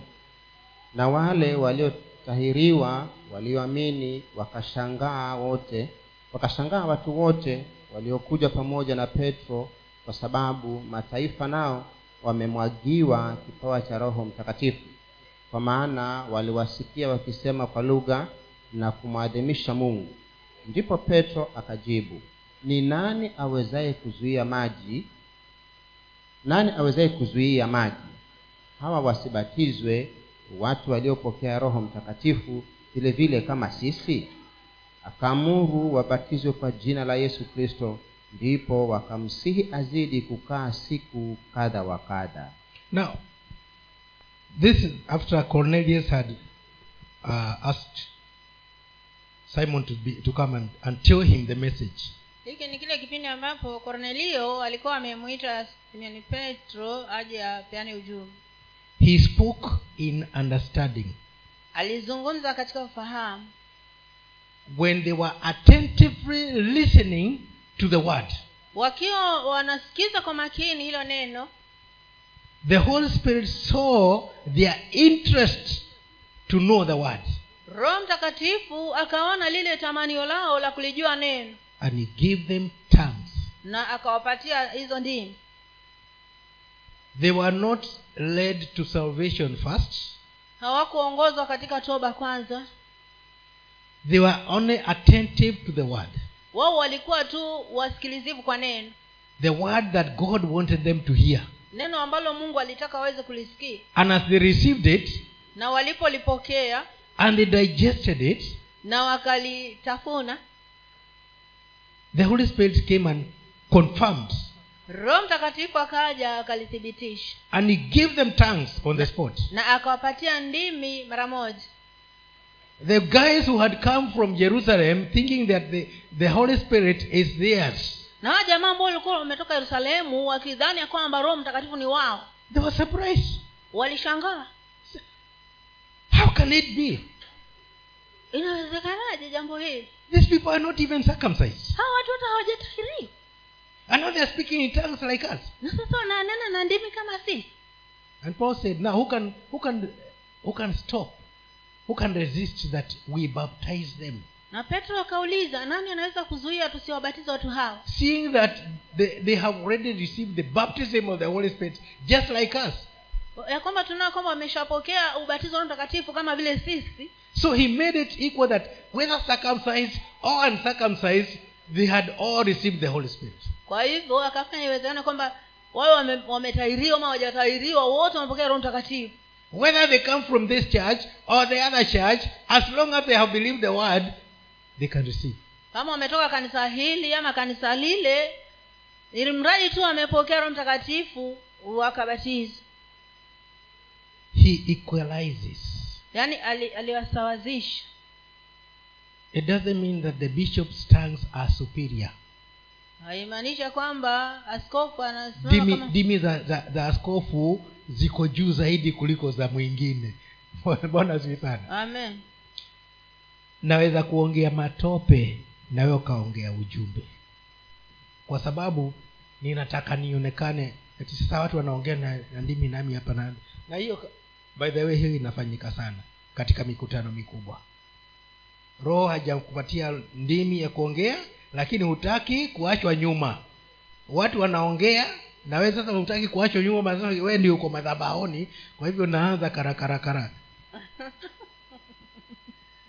Speaker 3: na wale waliotahiriwa walioamini wakashangaa wote wakashangaa watu wote waliokuja pamoja na petro kwa sababu mataifa nao wamemwagiwa kipawa cha roho mtakatifu kwa maana waliwasikia wakisema kwa lugha na kumwadhimisha mungu ndipo petro akajibu ni nani awezaye kuzuia maji nani awezaye kuzuia maji hawa wasibatizwe watu waliopokea roho mtakatifu vile vile kama sisi akaamuru wabatizwe kwa jina la yesu kristo ndipo wakamsihi azidi kukaa siku kadha wa kadha
Speaker 2: Now, this is after Cornelius had uh, asked Simon to be to come and, and tell him the message.
Speaker 1: hiki ni kile kipindi ambapo kornelio alikuwa amemwita simoni petro aje apeane ujumbe
Speaker 2: He spoke in understanding.
Speaker 1: alizungumza katika ufahamu
Speaker 2: When they were attentively listening to the word,
Speaker 1: wakiwa wanasikiza kwa makini hilo neno
Speaker 2: the Holy Spirit saw their interest to know the word,
Speaker 1: roho mtakatifu akaona lile tamanio lao la kulijua neno
Speaker 2: and he gave them tongues.
Speaker 1: na akawapatia hizo ndimi
Speaker 2: They were not led to salvation first.
Speaker 1: hawakuongozwa katika toba kwanza
Speaker 2: They were only attentive to the word.
Speaker 1: wao walikuwa tu wasikilizivu kwa neno
Speaker 2: The word that God wanted them to hear.
Speaker 1: neno ambalo mungu alitaka waweze kulisikia
Speaker 2: And as they received it,
Speaker 1: na walipolipokea
Speaker 2: and they digested it,
Speaker 1: na wakalitafuna
Speaker 2: the Holy Spirit came and confirmed.
Speaker 1: roho mtakatifu akaja akalithibitisha
Speaker 2: And he gave them tongues on the spot.
Speaker 1: na akawapatia ndimi mara moja
Speaker 2: The guys who had come from Jerusalem thinking that the, the Holy Spirit is theirs,
Speaker 1: na hawa jamaa ambao walikuwa wametoka yerusalemu wakidhani ya kwamba roho mtakatifu ni wao
Speaker 2: they were surprised.
Speaker 1: walishangaa
Speaker 2: How can it be?
Speaker 1: inawezekanaje jambo hili
Speaker 2: These people are not even circumcised.
Speaker 1: hawa watu hata hawajatahiriwa
Speaker 2: And now they are speaking in tongues like us.
Speaker 1: na sasa wananena na ndimi kama sisi
Speaker 2: And Paul said, Now who can who can who can stop? Who can resist that we baptize them?
Speaker 1: na petro akauliza nani anaweza kuzuia tusiwabatize watu hawa
Speaker 2: Seeing that they, they have already received the baptism of the Holy Spirit, just like us.
Speaker 1: ya kwamba tunaona kwamba wameshapokea ubatizo wa Roho mtakatifu kama vile sisi
Speaker 2: So he made it equal that whether circumcised or uncircumcised, they had all received the Holy Spirit.
Speaker 1: kwa hivyo akafanya iwezekana kwamba wawe wame- wametahiriwa ama hawajatahiriwa wote wamepokea roho mtakatifu
Speaker 2: Whether they come from this church or the other church, as long as they have believed the word, they can receive.
Speaker 1: kama wametoka kanisa hili ama kanisa lile ili mradi tu wamepokea roho mtakatifu wakabatizwa
Speaker 2: He equalizes.
Speaker 1: yaani ali- aliwasawazisha
Speaker 2: It doesn't mean that the bishop's tongues are superior.
Speaker 1: haimaanisha kwamba askofu anasimama
Speaker 2: dimi,
Speaker 1: kama
Speaker 2: dimi za, za, za askofu ziko juu zaidi kuliko za mwingine bwana sii sana
Speaker 1: amen
Speaker 2: naweza kuongea matope nawe ukaongea ujumbe kwa sababu ninataka nionekane ati sasa watu wanaongea na, na ndimi nami hapa na na hiyo ka- by the way hiyo inafanyika sana katika mikutano mikubwa roho hajakupatia ndimi ya kuongea lakini hutaki kuachwa nyuma watu wanaongea na wewe sasa hutaki kuachwa nyuma maana wewe ndio uko madhabahoni kwa hivyo naanza karakarakara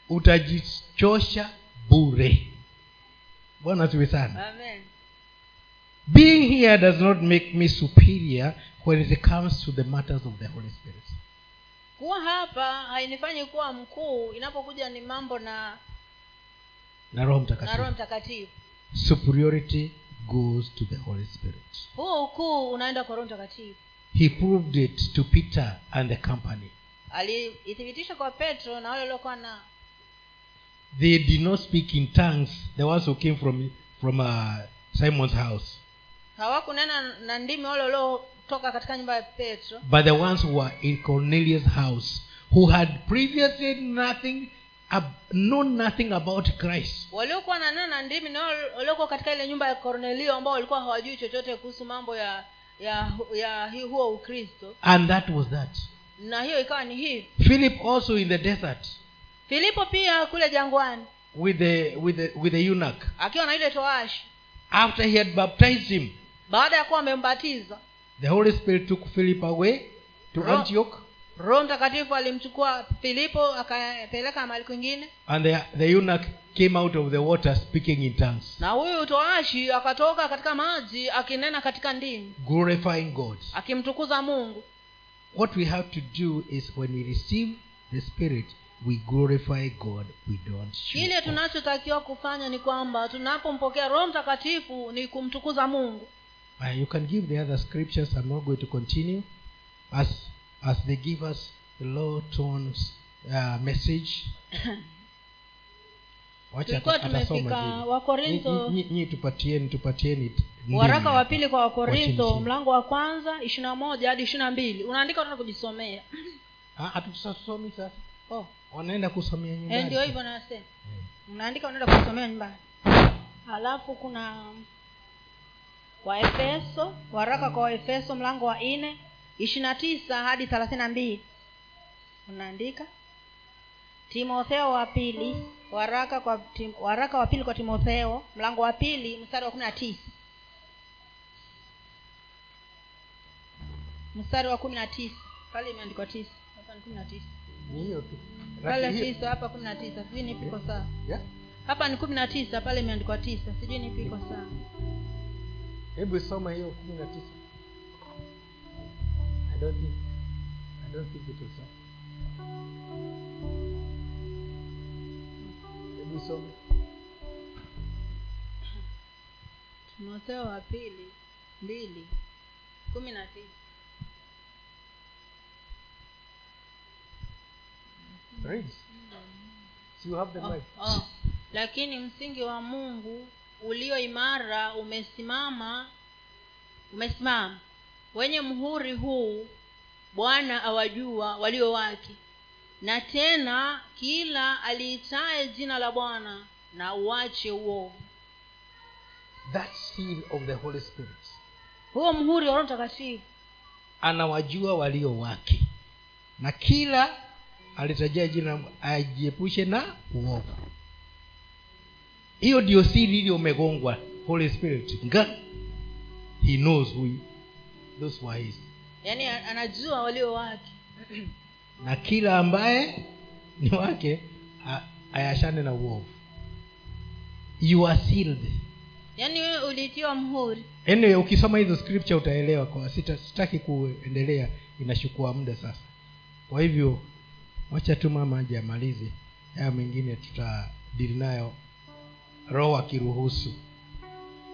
Speaker 2: utajichosha bure bwana siwe sana
Speaker 1: amen
Speaker 2: being here does not make me superior when it comes to the matters of the holy spirit
Speaker 1: kuwa hapa hainifanyi kuwa mkuu inapokuja ni mambo na
Speaker 2: na roho
Speaker 1: na roho
Speaker 2: mtakatifu
Speaker 1: mtakatifu
Speaker 2: superiority goes to the holy spirit
Speaker 1: huu ukuu unaenda kwa roho mtakatifu
Speaker 2: he proved it to peter and the company
Speaker 1: aliithibitisha kwa petro na wale waliokuwa na
Speaker 2: they did not speak in tongues the ones who came from from uh, simon's house
Speaker 1: hawakunena na ndimi wale waliotoka katika nyumba ya petro
Speaker 2: but the ones who were in cornelius house who had previously nothing ab- know nothing about christ
Speaker 1: waliokuwa na nana ndimi na wale waliokuwa katika ile nyumba ya kornelio ambao walikuwa hawajui chochote kuhusu mambo ya ya ya hi- huo ukristo
Speaker 2: and that was that
Speaker 1: na hiyo ikawa ni hii
Speaker 2: philip also in the desert
Speaker 1: filipo pia kule jangwani
Speaker 2: with the with the, with the eunuch
Speaker 1: akiwa na ile toashi
Speaker 2: after he had baptized him
Speaker 1: baada ya kuwa amembatiza
Speaker 2: the holy spirit took philip away to
Speaker 1: Ro-
Speaker 2: antioch
Speaker 1: roho mtakatifu alimchukua filipo akapeleka mahali kwingine
Speaker 2: and the, the eunuch came out of the water speaking in tongues
Speaker 1: na huyu toashi akatoka katika maji akinena katika ndimi
Speaker 2: glorifying god
Speaker 1: akimtukuza mungu
Speaker 2: what we have to do is when we receive the spirit we glorify god we don't show
Speaker 1: kile
Speaker 2: off.
Speaker 1: tunachotakiwa kufanya ni kwamba tunapompokea roho mtakatifu ni kumtukuza mungu
Speaker 2: Uh, you can give the other scriptures i'm not going to continue as as they give us the low tones uh, message Wacha
Speaker 1: Tulikuwa
Speaker 2: ata- atasoma
Speaker 1: tumefika
Speaker 2: hivi.
Speaker 1: Wakorintho-
Speaker 2: Nyi- nyi- nyi tupatieni tupatieni t- ndimi.
Speaker 1: waraka wa pili kwa wakorintho
Speaker 2: Wachimsii.
Speaker 1: mlango wa kwanza ishiri na moja hadi ishiri na mbili unaandika unataka kujisomea
Speaker 2: Ah, hatusasomi sasa
Speaker 1: oh.
Speaker 2: wanaenda kusomea
Speaker 1: eh, ndio
Speaker 2: nyumbani Eh,
Speaker 1: hivyo nasema unaandika unaenda kujisomea nyumbani halafu kuna waefeso waraka kwa waefeso mlango wa nne ishiri na tisa hadi thelathini na mbili unaandika timotheo wa pili waraka kwa tim, waraka wa pili kwa timotheo mlango wa pili mstari wa kumi na tisa mstari wa kumi na tisa pale imeandikwa tisa hapa ni kumi na tisa
Speaker 2: Ni hiyo tu
Speaker 1: pale
Speaker 2: Lakini-
Speaker 1: tisa hapa kumi na tisa sijui nipiko sawa
Speaker 2: Yeah?
Speaker 1: hapa ni kumi na tisa pale imeandikwa tisa sijui nipiko sawa
Speaker 2: hebu soma hiyo kumi na tisa I don't think- I don't think it will stop. Hebu soma.
Speaker 1: timotheo wa pili mbili kumi na tisa
Speaker 2: Read. So you have the
Speaker 1: Oh,
Speaker 2: mic.
Speaker 1: oh. lakini msingi wa mungu ulio imara umesimama umesimama wenye mhuri huu bwana awajua walio wake na tena kila aliitaye jina la bwana na uache uovu
Speaker 2: that seal of the holy spirit
Speaker 1: huo mhuri wa roho mtakatifu
Speaker 2: anawajua walio wake na kila alitajia jina ajiepushe na uovu hiyo ndio siri ili umegongwa holy spirit nga he knows who those who are his
Speaker 1: yaani a- anajua walio wake
Speaker 2: na kila ambaye ni wake a- ayashane na uovu you are sealed
Speaker 1: yaani wewe uliitiwa mhuri
Speaker 2: anyway ukisoma hizo scripture utaelewa kwa sita, sitaki kuendelea inachukua muda sasa kwa hivyo wacha tu mama aje amalize haya mengine tutadili nayo roho akiruhusu